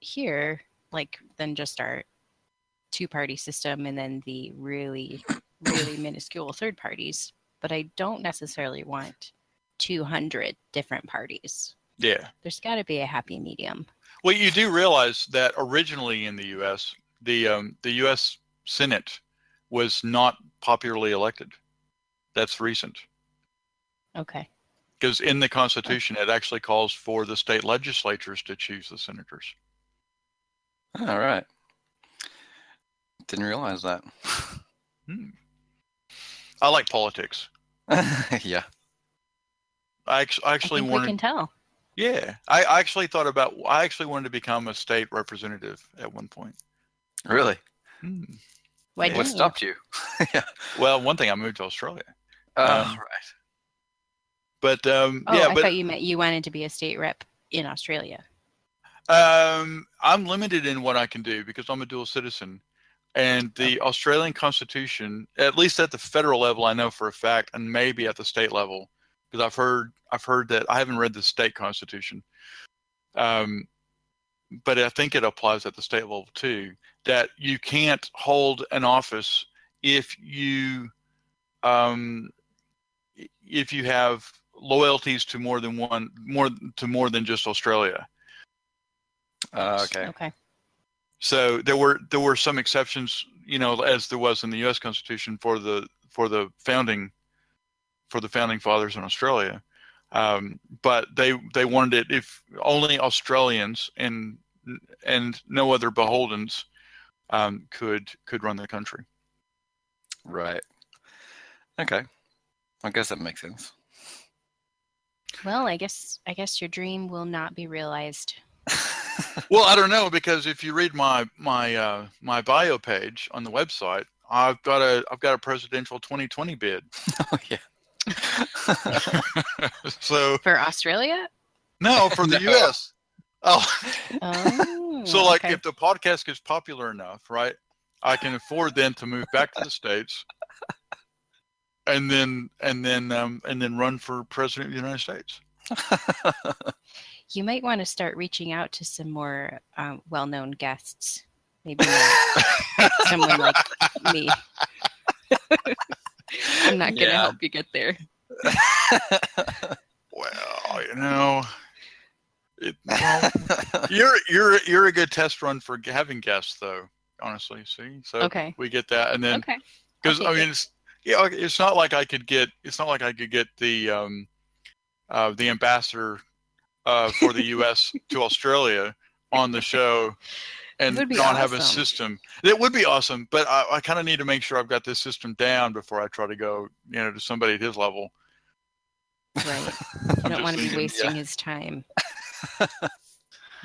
[SPEAKER 3] here, like than just our two party system and then the really, really minuscule third parties. But I don't necessarily want 200 different parties.
[SPEAKER 1] Yeah.
[SPEAKER 3] There's got to be a happy medium.
[SPEAKER 1] Well, you do realize that originally in the U.S., the um, the U.S. Senate was not popularly elected. That's recent
[SPEAKER 3] Okay.
[SPEAKER 1] because in the Constitution it actually calls for the state legislatures to choose the senators.
[SPEAKER 2] All right. Didn't realize that.
[SPEAKER 1] I like politics.
[SPEAKER 2] yeah.
[SPEAKER 1] I act- I
[SPEAKER 3] I
[SPEAKER 1] actually
[SPEAKER 3] think we
[SPEAKER 1] wanted.
[SPEAKER 3] can tell.
[SPEAKER 1] Yeah, I, I actually thought about. I actually wanted to become a state representative at one point.
[SPEAKER 2] Really?
[SPEAKER 1] Hmm.
[SPEAKER 3] Why
[SPEAKER 1] Yeah.
[SPEAKER 2] What
[SPEAKER 3] didn't you?
[SPEAKER 2] stopped you? yeah.
[SPEAKER 1] Well, one thing I moved to Australia.
[SPEAKER 2] Uh,
[SPEAKER 1] Um,
[SPEAKER 2] right.
[SPEAKER 1] But um,
[SPEAKER 3] Oh,
[SPEAKER 1] yeah,
[SPEAKER 3] I
[SPEAKER 1] but
[SPEAKER 3] thought you meant you wanted to be a state rep in Australia.
[SPEAKER 1] um, I'm limited in what I can do because I'm a dual citizen, and the Australian Constitution, at least at the federal level, I know for a fact, and maybe at the state level, because I've heard I've heard that I haven't read the state constitution, um, but I think it applies at the state level too. That you can't hold an office if you um, if you have loyalties to more than one more to more than just Australia.
[SPEAKER 2] Uh, okay.
[SPEAKER 3] Okay.
[SPEAKER 1] So there were there were some exceptions, you know, as there was in the U.S. Constitution for the for the founding for the founding fathers in Australia, um, but they they wanted it if only Australians and and no other beholdens um, could could run the country.
[SPEAKER 2] Right. Okay. I guess that makes sense.
[SPEAKER 3] Well, I guess I guess your dream will not be realized.
[SPEAKER 1] Well, I don't know because if you read my my uh, my bio page on the website, I've got a I've got a presidential 2020 bid.
[SPEAKER 2] oh yeah.
[SPEAKER 1] So
[SPEAKER 3] For Australia?
[SPEAKER 1] no, for the
[SPEAKER 2] No.
[SPEAKER 1] U.S. Oh,
[SPEAKER 3] Oh.
[SPEAKER 1] so like
[SPEAKER 3] okay.
[SPEAKER 1] if the podcast gets popular enough, right? I can afford then to move back to the states, and then and then um, and then run for president of the United States.
[SPEAKER 3] you might want to start reaching out to some more um, well-known guests. Maybe not someone like me. I'm not going to
[SPEAKER 2] Yeah.
[SPEAKER 3] help you get there.
[SPEAKER 1] Well, you know, it, well, you're you're you're a good test run for having guests, though. Honestly, see, so
[SPEAKER 3] Okay.
[SPEAKER 1] we get that, and then
[SPEAKER 3] Okay.
[SPEAKER 1] because
[SPEAKER 3] I'll
[SPEAKER 1] I
[SPEAKER 3] take
[SPEAKER 1] mean, it's yeah, like, it's not like I could get it's not like I could get the um, uh, the ambassador uh, for the U.S. to Australia on the show, and
[SPEAKER 3] would
[SPEAKER 1] not
[SPEAKER 3] be
[SPEAKER 1] have a
[SPEAKER 3] awesome.
[SPEAKER 1] system. It would be awesome, but I, I kind of need to make sure I've got this system down before I try to go, you know, to somebody at his level.
[SPEAKER 3] Right. You
[SPEAKER 1] I'm
[SPEAKER 3] don't
[SPEAKER 1] just
[SPEAKER 3] want to be
[SPEAKER 1] thinking,
[SPEAKER 3] wasting his time.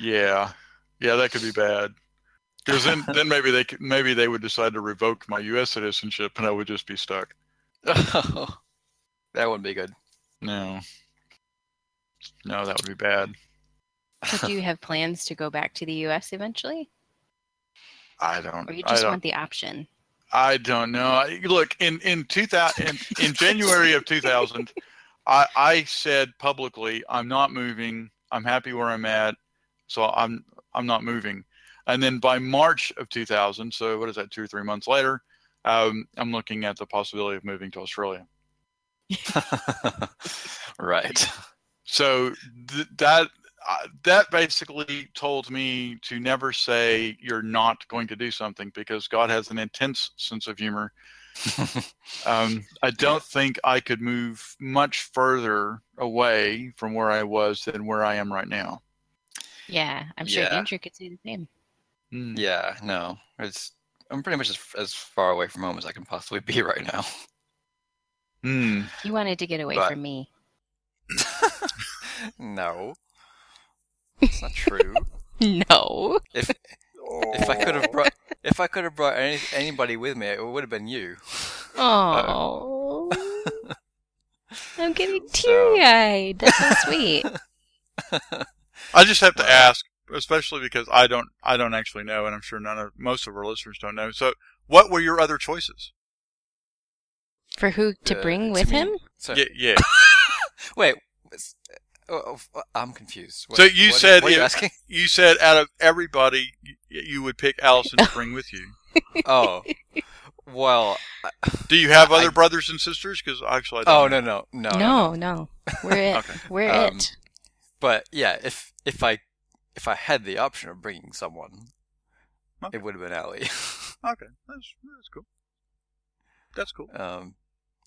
[SPEAKER 1] Yeah, yeah, that could be bad. Because then, then maybe they could, maybe they would decide to revoke my U.S. citizenship, and I would just be stuck.
[SPEAKER 2] Oh, that would be good.
[SPEAKER 1] No, no, that would be bad.
[SPEAKER 3] So do you have plans to go back to the U.S. eventually,
[SPEAKER 1] I don't.
[SPEAKER 3] or you
[SPEAKER 1] I
[SPEAKER 3] just
[SPEAKER 1] don't.
[SPEAKER 3] want the option?
[SPEAKER 1] I don't know. I- Look, in in two thousand in, in January of two thousand, I I said publicly, I'm not moving. I'm happy where I'm at, so I'm I'm not moving. And then by March of two thousand, so what is that? Two or three months later, um, I'm looking at the possibility of moving to Australia.
[SPEAKER 2] right.
[SPEAKER 1] So th- that uh, that basically told me to never say you're not going to do something because God has an intense sense of humor. um, I don't think I could move much further away from where I was than where I am right now.
[SPEAKER 3] Yeah, I'm sure
[SPEAKER 2] Yeah.
[SPEAKER 3] Andrew could say the same.
[SPEAKER 1] Hmm.
[SPEAKER 2] Yeah, no. It's I'm pretty much as, as far away from home as I can possibly be right now.
[SPEAKER 1] Hmm.
[SPEAKER 3] You wanted to get away
[SPEAKER 2] But-
[SPEAKER 3] from me.
[SPEAKER 2] No. It's not true.
[SPEAKER 3] No.
[SPEAKER 2] if I could
[SPEAKER 1] Oh.
[SPEAKER 2] have brought if I could have brought any, anybody with me, it would have been you.
[SPEAKER 3] Oh. I'm getting
[SPEAKER 2] So-
[SPEAKER 3] teary-eyed. That's so sweet.
[SPEAKER 1] I just have to
[SPEAKER 2] Wow.
[SPEAKER 1] ask, especially because I don't I don't actually know, and I'm sure none of most of our listeners don't know. So, what were your other choices?
[SPEAKER 3] For who to
[SPEAKER 2] Uh,
[SPEAKER 3] bring with
[SPEAKER 2] me.
[SPEAKER 3] him?
[SPEAKER 2] So,
[SPEAKER 1] Yeah, yeah.
[SPEAKER 2] Wait. it's- oh, oh, I'm confused. What-
[SPEAKER 1] So you
[SPEAKER 2] what are-
[SPEAKER 1] said
[SPEAKER 2] what are you
[SPEAKER 1] if-
[SPEAKER 2] asking?
[SPEAKER 1] You said out of everybody, y- you would pick Allison to bring with you.
[SPEAKER 2] Oh. Well,
[SPEAKER 1] Do you have other
[SPEAKER 2] I-
[SPEAKER 1] brothers and sisters? Because actually, I don't
[SPEAKER 2] oh
[SPEAKER 1] know.
[SPEAKER 2] no, no, no, no,
[SPEAKER 3] No, no, We're it.
[SPEAKER 1] Okay.
[SPEAKER 3] We're
[SPEAKER 2] Um,
[SPEAKER 3] it.
[SPEAKER 2] But yeah, if if I if I had the option of bringing someone,
[SPEAKER 1] Okay.
[SPEAKER 2] it would have been Ellie.
[SPEAKER 1] Okay, that's, that's cool. That's cool.
[SPEAKER 2] um,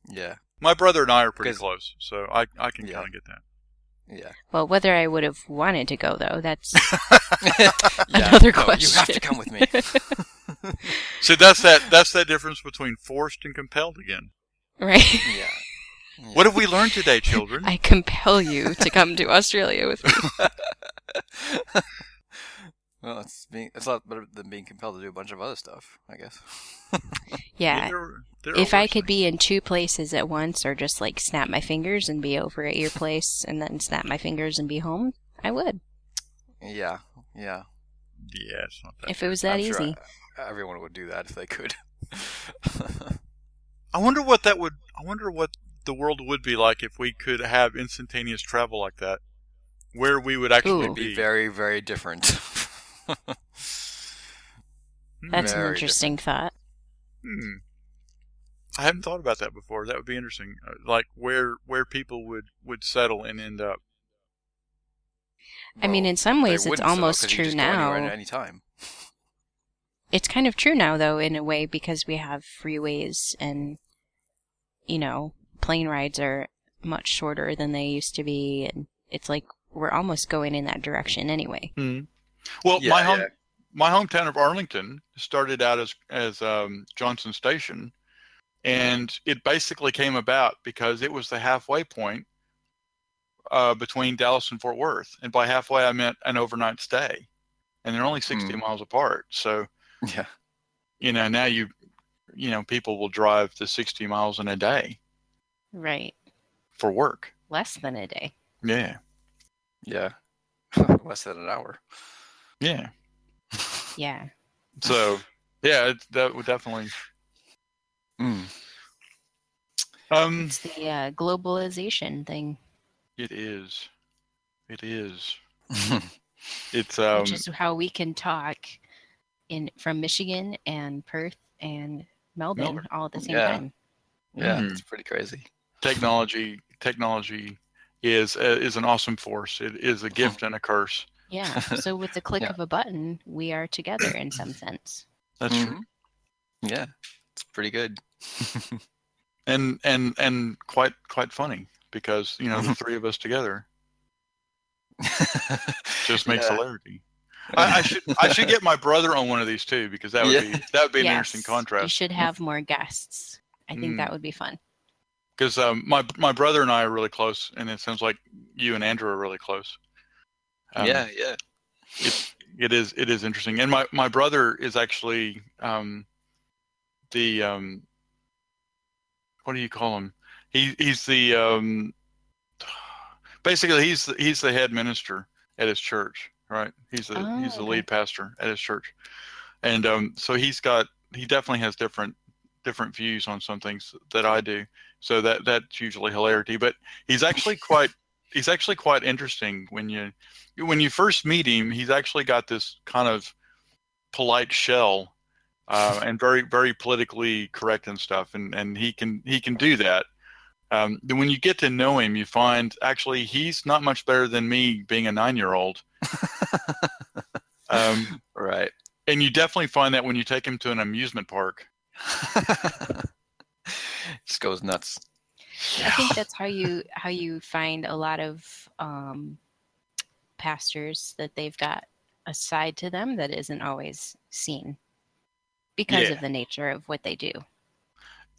[SPEAKER 2] yeah,
[SPEAKER 1] My brother and I are pretty
[SPEAKER 2] 'Cause-
[SPEAKER 1] close, so I I can
[SPEAKER 2] Yeah.
[SPEAKER 1] kind of get that.
[SPEAKER 2] yeah,
[SPEAKER 3] Well, whether I would have wanted to go though, that's
[SPEAKER 2] yeah.
[SPEAKER 3] Another
[SPEAKER 2] no, You have
[SPEAKER 3] question.
[SPEAKER 2] to come with me.
[SPEAKER 1] See, that's that that's that difference between forced and compelled again.
[SPEAKER 3] right.
[SPEAKER 2] yeah.
[SPEAKER 1] What have we learned today, children?
[SPEAKER 3] I compel you to come to Australia with me.
[SPEAKER 2] Well, it's being it's a lot better than being compelled to do a bunch of other stuff, I guess.
[SPEAKER 3] Yeah.
[SPEAKER 1] There- there
[SPEAKER 3] If
[SPEAKER 1] are
[SPEAKER 3] I
[SPEAKER 1] worse
[SPEAKER 3] could
[SPEAKER 1] things.
[SPEAKER 3] be in two places at once, or just like snap my fingers and be over at your place, and then snap my fingers and be home, I would.
[SPEAKER 2] yeah, yeah.
[SPEAKER 1] yeah, it's not that.
[SPEAKER 3] If it was that
[SPEAKER 2] I'm sure
[SPEAKER 3] easy.
[SPEAKER 2] I- everyone would do that if they could.
[SPEAKER 1] I wonder what that would. I wonder what the world would be like if we could have instantaneous travel like that, where we would actually
[SPEAKER 3] Ooh.
[SPEAKER 2] Be
[SPEAKER 1] be.
[SPEAKER 2] very, very different.
[SPEAKER 3] That's an
[SPEAKER 2] Very
[SPEAKER 3] interesting thought.
[SPEAKER 1] Hmm. I haven't thought about that before. That would be interesting. Uh, Like where where people would would settle and end up.
[SPEAKER 3] I mean, in some ways, it's almost
[SPEAKER 2] you
[SPEAKER 3] true
[SPEAKER 2] just go anywhere
[SPEAKER 3] now.
[SPEAKER 2] at any time.
[SPEAKER 3] It's kind of true now, though, in a way, because we have freeways and, you know, plane rides are much shorter than they used to be, and it's like we're almost going in that direction anyway.
[SPEAKER 1] Mm. Well,
[SPEAKER 2] Yeah,
[SPEAKER 1] my home,
[SPEAKER 2] yeah.
[SPEAKER 1] my hometown of Arlington started out as as um, Johnson Station, and it basically came about because it was the halfway point uh, between Dallas and Fort Worth, and by halfway I meant an overnight stay, and they're only sixty
[SPEAKER 2] Hmm.
[SPEAKER 1] miles apart. So
[SPEAKER 2] Yeah.
[SPEAKER 1] you know now you you know people will drive to sixty miles in a day
[SPEAKER 3] Right.
[SPEAKER 1] for work.
[SPEAKER 3] Less than a day.
[SPEAKER 1] Yeah,
[SPEAKER 2] Yeah. Less than an hour.
[SPEAKER 1] yeah.
[SPEAKER 3] Yeah.
[SPEAKER 1] So yeah, it, that would definitely.
[SPEAKER 2] Mm.
[SPEAKER 1] Um,
[SPEAKER 3] It's the uh, globalization thing,
[SPEAKER 1] it is. It is. It's um.
[SPEAKER 3] which is how we can talk in from Michigan and Perth and Melbourne,
[SPEAKER 1] Melbourne.
[SPEAKER 3] all at the same
[SPEAKER 2] Yeah.
[SPEAKER 3] time.
[SPEAKER 2] yeah,
[SPEAKER 1] Mhm.
[SPEAKER 2] it's pretty crazy.
[SPEAKER 1] technology technology is uh, is an awesome force it is a gift and a curse
[SPEAKER 3] Yeah. So with the click
[SPEAKER 2] Yeah.
[SPEAKER 3] of a button, we are together in some sense.
[SPEAKER 1] that's
[SPEAKER 2] Mhm.
[SPEAKER 1] true
[SPEAKER 2] Yeah, it's pretty good.
[SPEAKER 1] and and and quite quite funny because you know the three of us together just makes
[SPEAKER 2] Yeah.
[SPEAKER 1] hilarity I, I should i should get my brother on one of these too because that would
[SPEAKER 2] Yeah.
[SPEAKER 1] be that would be an interesting
[SPEAKER 3] Yes, We
[SPEAKER 1] contrast
[SPEAKER 3] should have more guests. I think
[SPEAKER 1] Mm.
[SPEAKER 3] that would be fun.
[SPEAKER 1] because um my my brother and i are really close and it sounds like you and andrew are really close Um,
[SPEAKER 2] yeah, yeah.
[SPEAKER 1] it is it is interesting and my my brother is actually um the um what do you call him he he's the um basically he's the, he's the head minister at his church right he's the
[SPEAKER 3] Oh,
[SPEAKER 1] he's the
[SPEAKER 3] okay.
[SPEAKER 1] lead pastor at his church and um so he's got he definitely has different different views on some things that I do so that that's usually hilarity but he's actually quite he's actually quite interesting when you when you first meet him, he's actually got this kind of polite shell uh, and very very politically correct and stuff, and and he can he can do that. Um, then when you get to know him, you find actually he's not much better than me being a nine year old. um,
[SPEAKER 2] Right.
[SPEAKER 1] and you definitely find that when you take him to an amusement park.
[SPEAKER 2] Just goes nuts.
[SPEAKER 3] I think that's how you how you find a lot of um, pastors that they've got a side to them that isn't always seen because
[SPEAKER 1] Yeah. Um,
[SPEAKER 3] of the nature of what they do.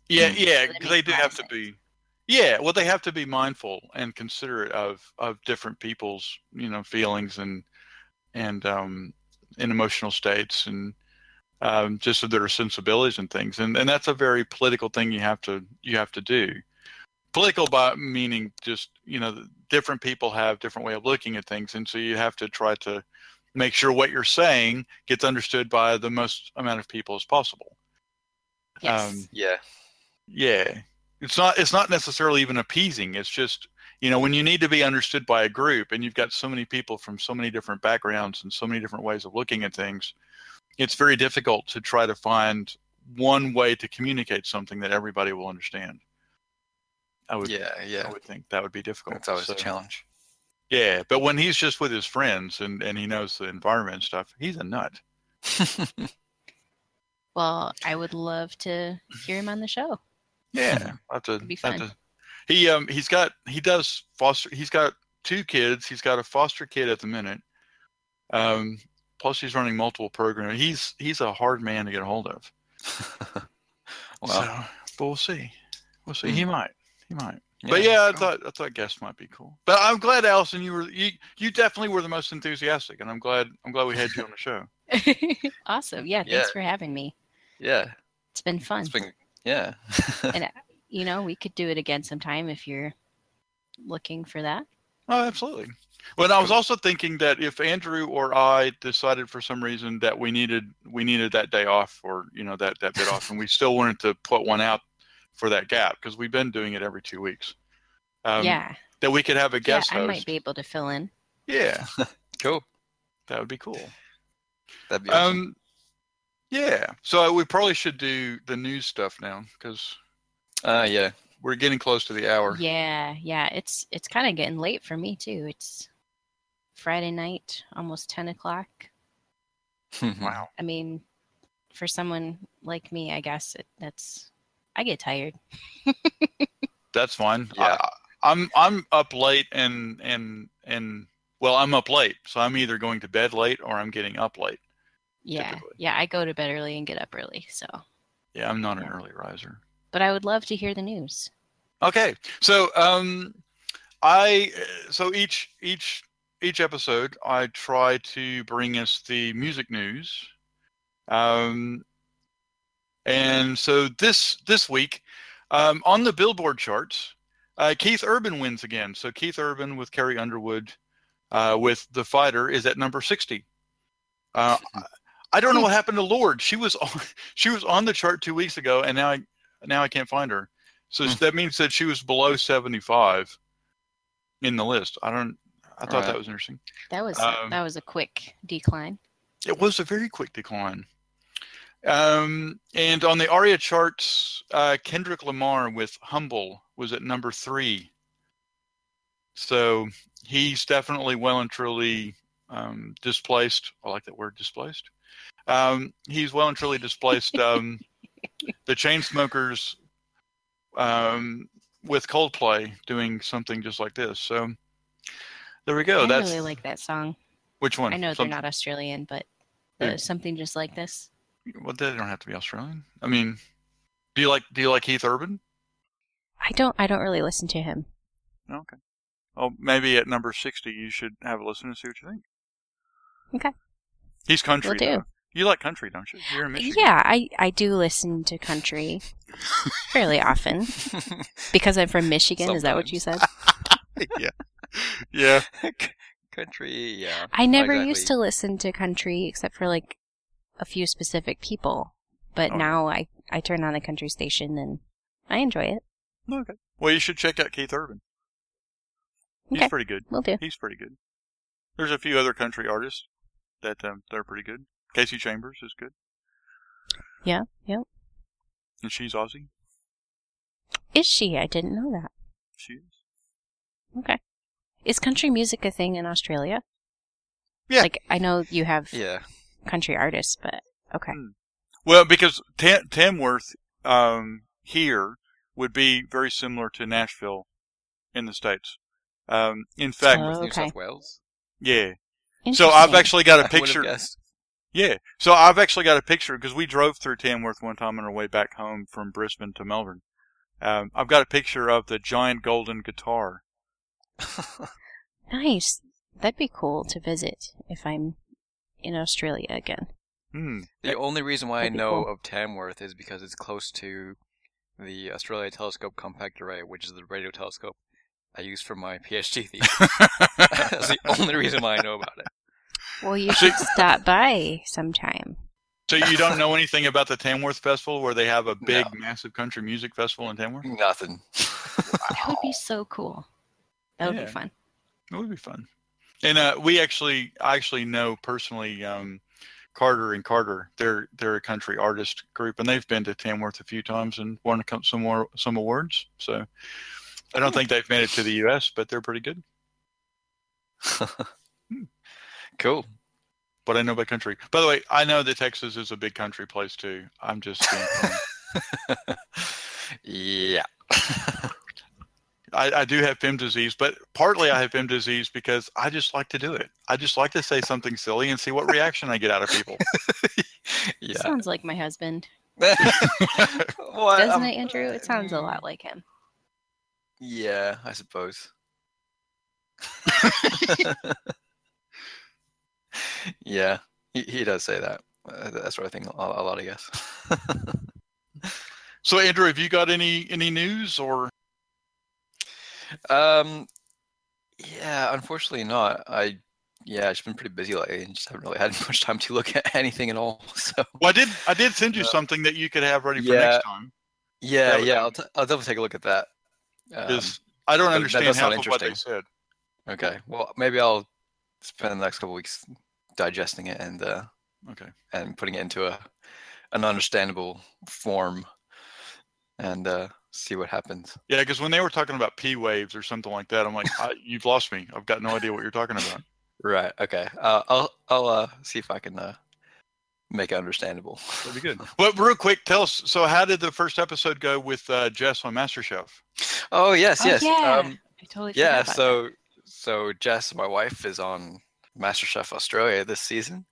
[SPEAKER 1] Yeah,
[SPEAKER 2] Mm.
[SPEAKER 1] yeah,
[SPEAKER 3] So that
[SPEAKER 1] 'cause they
[SPEAKER 3] makes
[SPEAKER 1] do
[SPEAKER 3] a lot
[SPEAKER 1] have
[SPEAKER 3] of
[SPEAKER 1] to
[SPEAKER 3] sense.
[SPEAKER 1] be. Yeah, well, they have to be mindful and considerate of of different people's you know feelings and and um and emotional states and um, just of their sensibilities and things and and that's a very political thing you have to you have to do. Political by meaning just you know different people have different way of looking at things and so you have to try to make sure what you're saying gets understood by the most amount of people as possible.
[SPEAKER 3] Yes.
[SPEAKER 1] Um,
[SPEAKER 2] Yeah.
[SPEAKER 1] yeah. It's not it's not necessarily even appeasing. It's just, you know, when you need to be understood by a group and you've got so many people from so many different backgrounds and so many different ways of looking at things, it's very difficult to try to find one way to communicate something that everybody will understand. I would
[SPEAKER 2] Yeah, yeah.
[SPEAKER 1] I would think that would be difficult.
[SPEAKER 2] It's always
[SPEAKER 1] So,
[SPEAKER 2] a challenge.
[SPEAKER 1] Yeah, but when he's just with his friends and and he knows the environment and stuff, he's a nut.
[SPEAKER 3] well, I would love to hear him on the show.
[SPEAKER 1] Yeah, I'll have to.
[SPEAKER 3] It'd be
[SPEAKER 1] I'll have
[SPEAKER 3] fun.
[SPEAKER 1] to- he um he's got he does foster. He's got two kids. He's got a foster kid at the minute. Um, plus he's running multiple programs. He's he's a hard man to get a hold of.
[SPEAKER 2] wow.
[SPEAKER 1] So, but we'll see. We'll see. He might. He might. but
[SPEAKER 2] Yeah,
[SPEAKER 1] yeah, I
[SPEAKER 2] cool.
[SPEAKER 1] thought I thought guests might be cool. But I'm glad, Allison, you were you you definitely were the most enthusiastic, and I'm glad I'm glad we had you on the show.
[SPEAKER 3] awesome. Yeah,
[SPEAKER 2] Yeah.
[SPEAKER 3] thanks for having me.
[SPEAKER 2] Yeah.
[SPEAKER 3] It's been fun.
[SPEAKER 2] It's been yeah.
[SPEAKER 3] you know, we could do it again sometime if you're looking for that.
[SPEAKER 1] Oh, absolutely. Well, and I was also thinking that if Andrew or I decided for some reason that we needed we needed that day off or you know that that bit off, and we still wanted to put one out for that gap because we've been doing it every two weeks. Um,
[SPEAKER 3] yeah.
[SPEAKER 1] That we could have a
[SPEAKER 3] Yeah,
[SPEAKER 1] guest
[SPEAKER 3] I might
[SPEAKER 1] host.
[SPEAKER 3] be able to fill in.
[SPEAKER 1] Yeah,
[SPEAKER 2] cool.
[SPEAKER 1] that would be cool.
[SPEAKER 2] That'd be awesome.
[SPEAKER 1] Um, yeah. So uh, we probably should do the news stuff now because
[SPEAKER 2] uh yeah.
[SPEAKER 1] we're getting close to the hour.
[SPEAKER 3] Yeah, yeah. It's it's kind of getting late for me too. It's Friday night, almost ten o'clock.
[SPEAKER 1] Wow.
[SPEAKER 3] I mean, for someone like me, I guess it, that's I get tired.
[SPEAKER 1] That's fine.
[SPEAKER 2] Yeah.
[SPEAKER 1] I, I'm I'm up late and and and well, I'm up late, so I'm either going to bed late or I'm getting up late.
[SPEAKER 3] Yeah.
[SPEAKER 1] Typically.
[SPEAKER 3] Yeah. I go to bed early and get up early. So,
[SPEAKER 1] Yeah, I'm not an early riser.
[SPEAKER 3] but I would love to hear the news.
[SPEAKER 1] Okay, so um, I so each each each episode I try to bring us the music news, um, and so this this week um, on the Billboard charts, uh, Keith Urban wins again. So Keith Urban with Carrie Underwood uh, with The Fighter is at number sixty. Uh, I don't know what happened to Lord. She was on she was on the chart two weeks ago, and now I now I can't find her. So
[SPEAKER 2] Hmm.
[SPEAKER 1] that means that she was below seventy five in the list. I don't. I thought that
[SPEAKER 2] Alright.
[SPEAKER 1] was interesting.
[SPEAKER 3] That was
[SPEAKER 1] Um,
[SPEAKER 3] that was a quick decline.
[SPEAKER 1] It was a very quick decline. Um, and on the ARIA charts, uh, Kendrick Lamar with Humble was at number three. So he's definitely well and truly um, displaced. I like that word, displaced. Um, he's well and truly displaced um, the Chainsmokers um, with Coldplay doing something just like this. So there we go.
[SPEAKER 3] I
[SPEAKER 1] oh, That's
[SPEAKER 3] really like that song.
[SPEAKER 1] which one?
[SPEAKER 3] I know
[SPEAKER 1] Some-
[SPEAKER 3] they're not Australian, but
[SPEAKER 1] Yeah.
[SPEAKER 3] uh, something just like this.
[SPEAKER 1] Well, they don't have to be Australian. I mean, do you like do you like Keith Urban?
[SPEAKER 3] I don't I don't really listen to him.
[SPEAKER 1] Okay. Well, Oh, maybe at number sixty, you should have a listen and see what you think.
[SPEAKER 3] Okay.
[SPEAKER 1] He's country.
[SPEAKER 3] Will do.
[SPEAKER 1] though. You like country, don't you? You're in Michigan.
[SPEAKER 3] Yeah, I I do listen to country fairly often because I'm from Michigan. Is that what you said?
[SPEAKER 1] yeah. Yeah.
[SPEAKER 2] Country, yeah.
[SPEAKER 3] I never
[SPEAKER 2] Exactly.
[SPEAKER 3] used to listen to country except for like a few specific people, but
[SPEAKER 1] Oh.
[SPEAKER 3] now I I turn on the country station and I enjoy it.
[SPEAKER 1] Okay. Well, you should check out Keith Urban.
[SPEAKER 3] Okay.
[SPEAKER 1] He's pretty good.
[SPEAKER 3] Will do.
[SPEAKER 1] He's pretty good. There's a few other country artists that um, they're pretty good. Casey Chambers is good,
[SPEAKER 3] Yeah, yeah.
[SPEAKER 1] and she's Aussie.
[SPEAKER 3] Is she? I didn't know that.
[SPEAKER 1] She is.
[SPEAKER 3] Okay. Is country music a thing in Australia?
[SPEAKER 1] Yeah.
[SPEAKER 3] Like I know you have
[SPEAKER 2] Yeah.
[SPEAKER 3] country artists, but okay.
[SPEAKER 1] Well, because Tam- Tamworth um, here would be very similar to Nashville in the states. Um, in fact,
[SPEAKER 3] Oh.
[SPEAKER 2] New
[SPEAKER 3] Okay.
[SPEAKER 2] South Wales.
[SPEAKER 1] yeah. So I've
[SPEAKER 3] Interesting.
[SPEAKER 1] actually got a
[SPEAKER 2] I would've
[SPEAKER 1] picture.
[SPEAKER 2] guessed.
[SPEAKER 1] Yeah. So I've actually got a picture because we drove through Tamworth one time on our way back home from Brisbane to Melbourne. Um, I've got a picture of the giant golden guitar.
[SPEAKER 3] nice. That'd be cool to visit if I'm in Australia again.
[SPEAKER 1] Hmm.
[SPEAKER 2] The only reason why I
[SPEAKER 3] That'd be
[SPEAKER 2] know
[SPEAKER 3] cool.
[SPEAKER 2] of Tamworth is because it's close to the Australia Telescope Compact Array, which is the radio telescope I used for my PhD thesis. That's the only reason why I know about it.
[SPEAKER 3] Well, you should stop by sometime.
[SPEAKER 1] So you don't know anything about the Tamworth Festival where they have a big, massive country music festival in Tamworth?
[SPEAKER 2] Nothing.
[SPEAKER 3] That would be so cool. That would
[SPEAKER 1] Yeah.
[SPEAKER 3] be fun.
[SPEAKER 1] It would be fun. And uh, we actually, I actually know personally um, Carter and Carter. They're they're a country artist group, and they've been to Tamworth a few times and won a couple- some more some awards. So I don't think they've made it to the U.S., but they're pretty good.
[SPEAKER 2] cool.
[SPEAKER 1] But I know by country. By the way, I know that Texas is a big country place too. I'm just being funny.
[SPEAKER 2] yeah.
[SPEAKER 1] I, I do have PIM disease, but partly I have PIM disease because I just like to do it. I just like to say something silly and see what reaction I get out of people.
[SPEAKER 2] yeah.
[SPEAKER 3] Sounds like my husband,
[SPEAKER 2] Well, um,
[SPEAKER 3] doesn't
[SPEAKER 2] I'm-
[SPEAKER 3] it, Andrew? It sounds a lot like him.
[SPEAKER 2] Yeah, I suppose. yeah, he, he does say that. Uh, That's what I think a, a lot, I guess.
[SPEAKER 1] So Andrew, have you got any any news or
[SPEAKER 2] um, yeah, unfortunately not. I yeah, it's been pretty busy lately, and just haven't really had much time to look at anything at all. So
[SPEAKER 1] Well, I did. I did send you
[SPEAKER 2] Uh,
[SPEAKER 1] something that you could have ready for
[SPEAKER 2] yeah.
[SPEAKER 1] next time.
[SPEAKER 2] yeah,
[SPEAKER 1] would-
[SPEAKER 2] yeah, I'll, t- I'll definitely take a look at that. Um,
[SPEAKER 1] 'cause I don't
[SPEAKER 2] that- that
[SPEAKER 1] understand
[SPEAKER 2] does sound
[SPEAKER 1] half of what they
[SPEAKER 2] interesting.
[SPEAKER 1] said.
[SPEAKER 2] okay, well, maybe I'll spend the next couple weeks digesting it and uh,
[SPEAKER 1] Okay.
[SPEAKER 2] and putting it into a an understandable form and uh, see what happens.
[SPEAKER 1] Yeah, because when they were talking about P waves or something like that, I'm like, I, you've lost me. I've got no idea what you're talking about.
[SPEAKER 2] Right. Okay. Uh, I'll I'll uh, see if I can uh, make it understandable.
[SPEAKER 1] That'd be good. But real quick, tell us. So, how did the first episode go with uh, Jess on MasterChef?
[SPEAKER 2] oh yes,
[SPEAKER 3] Oh,
[SPEAKER 2] yes.
[SPEAKER 3] yeah.
[SPEAKER 2] Um,
[SPEAKER 3] I totally forgot
[SPEAKER 2] yeah.
[SPEAKER 3] about
[SPEAKER 2] So So Jess, my wife, is on MasterChef Australia this season,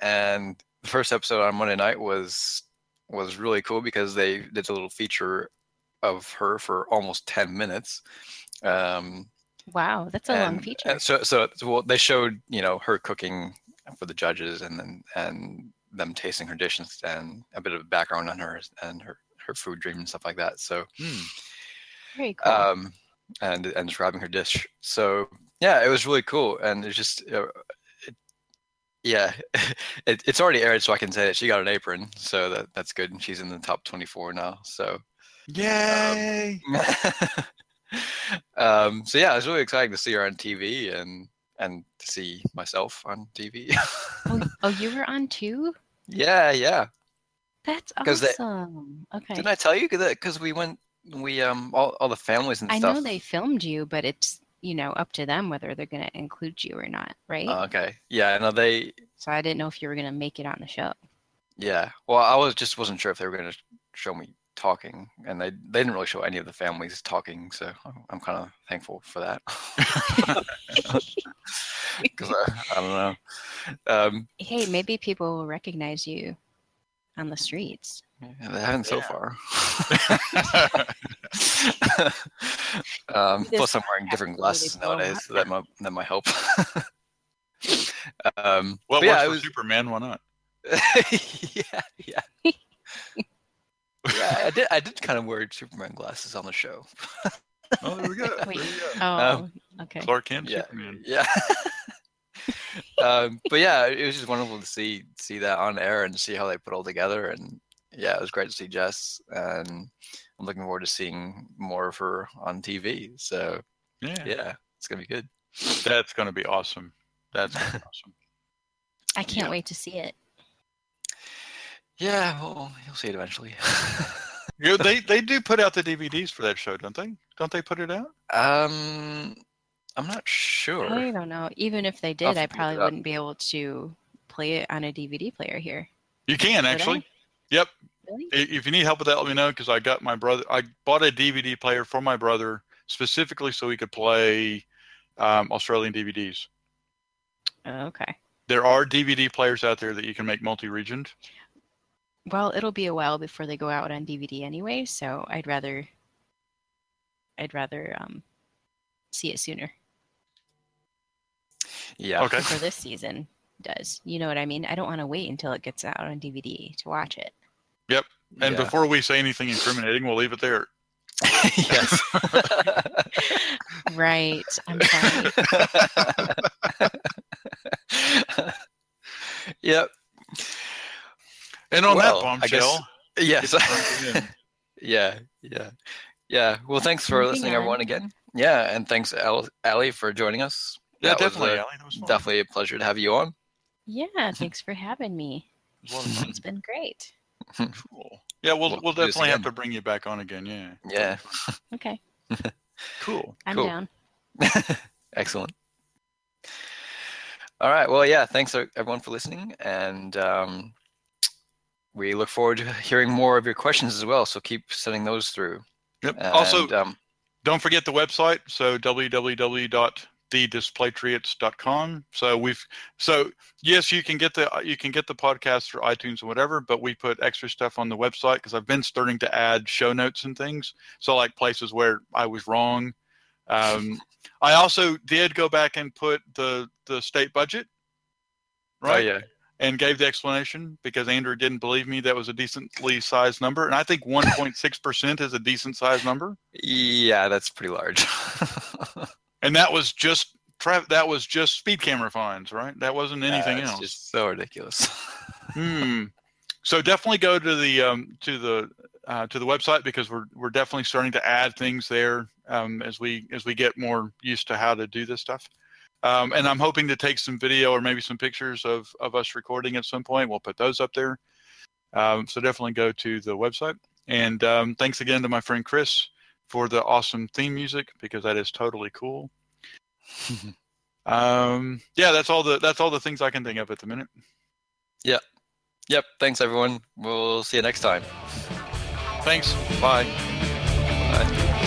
[SPEAKER 2] and the first episode on Monday night was was really cool because they did a little feature of her for almost ten minutes. Um,
[SPEAKER 3] Wow, that's a long
[SPEAKER 2] and-
[SPEAKER 3] feature.
[SPEAKER 2] and so, so, so, well, they showed you know her cooking for the judges, and then and them tasting her dishes, and a bit of background on her and her her food dream and stuff like that. So,
[SPEAKER 1] Hmm.
[SPEAKER 3] Very cool.
[SPEAKER 2] um, and and describing her dish. So yeah, it was really cool, and it's just. Uh, it, yeah, it, it's already aired, so I can say that she got an apron, so that that's good. And she's in the top twenty-four now. So,
[SPEAKER 1] Yay!
[SPEAKER 2] um, so yeah, it's really exciting to see her on TV and and to see myself on TV.
[SPEAKER 3] oh, oh, you were on two?
[SPEAKER 2] yeah, yeah.
[SPEAKER 3] That's
[SPEAKER 2] 'Cause they-
[SPEAKER 3] awesome. okay.
[SPEAKER 2] Didn't I tell you that? Because we went, we um, all all the families and
[SPEAKER 3] I
[SPEAKER 2] stuff.
[SPEAKER 3] know they filmed you, but it's you know up to them whether they're going to include you or not, right?
[SPEAKER 2] Oh, okay. Yeah. No, they.
[SPEAKER 3] so I didn't know if you were going to make it on the show.
[SPEAKER 2] Yeah. Well, I was just wasn't sure if they were going to show me talking, and they they didn't really show any of the families talking, so I'm, I'm kind of thankful for that. Because I, I don't know. Um,
[SPEAKER 3] Hey, maybe people will recognize you on the streets.
[SPEAKER 2] yeah, they haven't so
[SPEAKER 1] Yeah.
[SPEAKER 2] far. um,
[SPEAKER 3] This
[SPEAKER 2] plus, I'm wearing different
[SPEAKER 3] really
[SPEAKER 2] glasses
[SPEAKER 3] blow 'em
[SPEAKER 2] nowadays,
[SPEAKER 3] up
[SPEAKER 2] so that might that might help. um,
[SPEAKER 1] well,
[SPEAKER 2] but
[SPEAKER 1] it works
[SPEAKER 2] yeah,
[SPEAKER 1] for
[SPEAKER 2] it was,
[SPEAKER 1] Superman. Why not?
[SPEAKER 2] yeah, yeah, yeah. I did I did kind of wear Superman glasses on the show.
[SPEAKER 1] Oh, there we go.
[SPEAKER 3] Wait.
[SPEAKER 1] There we go.
[SPEAKER 2] Um,
[SPEAKER 3] Oh, okay.
[SPEAKER 1] Clark Kent,
[SPEAKER 2] Yeah.
[SPEAKER 1] Superman.
[SPEAKER 2] Yeah. um, but yeah, it was just wonderful to see see that on air and see how they put all together. And yeah, it was great to see Jess, and I'm looking forward to seeing more of her on TV. So
[SPEAKER 1] Yeah.
[SPEAKER 2] yeah, it's gonna be good.
[SPEAKER 1] that's going to be awesome. That's gonna be awesome.
[SPEAKER 3] I can't
[SPEAKER 2] Yeah.
[SPEAKER 3] wait to see it.
[SPEAKER 2] Yeah, well, you'll see it eventually.
[SPEAKER 1] You know, they they do put out the DVDs for that show, don't they? Don't they put it out?
[SPEAKER 2] um, I'm not sure.
[SPEAKER 3] I don't know. Even if they
[SPEAKER 2] have
[SPEAKER 3] did,
[SPEAKER 2] to
[SPEAKER 3] I
[SPEAKER 2] look it
[SPEAKER 3] probably
[SPEAKER 2] up.
[SPEAKER 3] wouldn't be able to play it on a DVD player here.
[SPEAKER 1] You can
[SPEAKER 3] I?
[SPEAKER 1] actually. Yep.
[SPEAKER 3] Really?
[SPEAKER 1] I- If you need help with that, let me know because I got my brother. I bought a DVD player for my brother specifically so he could play um, Australian DVDs.
[SPEAKER 3] Oh, okay.
[SPEAKER 1] There are DVD players out there that you can make multi-regioned.
[SPEAKER 3] Well, it'll be a while before they go out on DVD anyway, so I'd rather I'd rather um see it sooner
[SPEAKER 2] Yeah.
[SPEAKER 1] Okay.
[SPEAKER 3] before this season does. You know what I mean? I don't want to wait until it gets out on DVD to watch it.
[SPEAKER 1] And
[SPEAKER 2] yeah.
[SPEAKER 1] before we say anything incriminating, we'll leave it there.
[SPEAKER 2] yes.
[SPEAKER 3] Right. I'm sorry.
[SPEAKER 2] yep.
[SPEAKER 1] And on
[SPEAKER 2] Well,
[SPEAKER 1] that
[SPEAKER 2] I guess-
[SPEAKER 1] bombshell,
[SPEAKER 2] Yes.
[SPEAKER 1] it's-
[SPEAKER 2] yeah. Yeah. Yeah. Well, thanks for
[SPEAKER 3] Moving
[SPEAKER 2] listening,
[SPEAKER 3] on.
[SPEAKER 2] everyone, again. Yeah, and thanks, Al- Ali, for joining us.
[SPEAKER 1] yeah,
[SPEAKER 2] That was,
[SPEAKER 1] definitely,
[SPEAKER 2] uh,
[SPEAKER 1] Allie, that was fun.
[SPEAKER 2] definitely a pleasure to have you on.
[SPEAKER 3] Yeah, thanks for having me.
[SPEAKER 1] It was a lot of fun.
[SPEAKER 3] It's been great.
[SPEAKER 1] Cool. Yeah, we'll
[SPEAKER 2] We'll
[SPEAKER 1] we'll,
[SPEAKER 2] do this
[SPEAKER 1] definitely have
[SPEAKER 2] again.
[SPEAKER 1] to bring you back on again. Yeah.
[SPEAKER 2] Yeah.
[SPEAKER 3] Okay.
[SPEAKER 1] Cool.
[SPEAKER 3] I'm
[SPEAKER 2] Cool.
[SPEAKER 3] down.
[SPEAKER 2] Excellent. All right. Well, yeah. Thanks uh, everyone for listening, and um, we look forward to hearing more of your questions as well. So keep sending those through.
[SPEAKER 1] Yep.
[SPEAKER 2] And,
[SPEAKER 1] also,
[SPEAKER 2] um,
[SPEAKER 1] don't forget the website. So www.thedisplaytriots.com. So we've so yes, you can get the you can get the podcast through iTunes and whatever, but we put extra stuff on the website because I've been starting to add show notes and things. So like places where I was wrong. Um, I also did go back and put the the state budget.
[SPEAKER 2] oh
[SPEAKER 1] Right.
[SPEAKER 2] yeah,
[SPEAKER 1] and gave the explanation because Andrew didn't believe me that was a decently sized number. And I think 1.6% is a decent sized number.
[SPEAKER 2] yeah. That's pretty large.
[SPEAKER 1] And that was just tra- that was just speed camera fines, right? That wasn't anything
[SPEAKER 2] It's
[SPEAKER 1] else.
[SPEAKER 2] Just so ridiculous.
[SPEAKER 1] Hmm. So definitely go to the um, to the uh, to the website because we're we're definitely starting to add things there um, as we as we get more used to how to do this stuff. Um, and I'm hoping to take some video or maybe some pictures of of us recording at some point. We'll put those up there. Um, so definitely go to the website. And um, thanks again to my friend Chris for the awesome theme music because that is totally cool. Um, yeah, that's all the that's all the things I can think of at the minute.
[SPEAKER 2] yep. Thanks everyone. We'll see you next time.
[SPEAKER 1] Thanks. Bye.
[SPEAKER 2] Bye.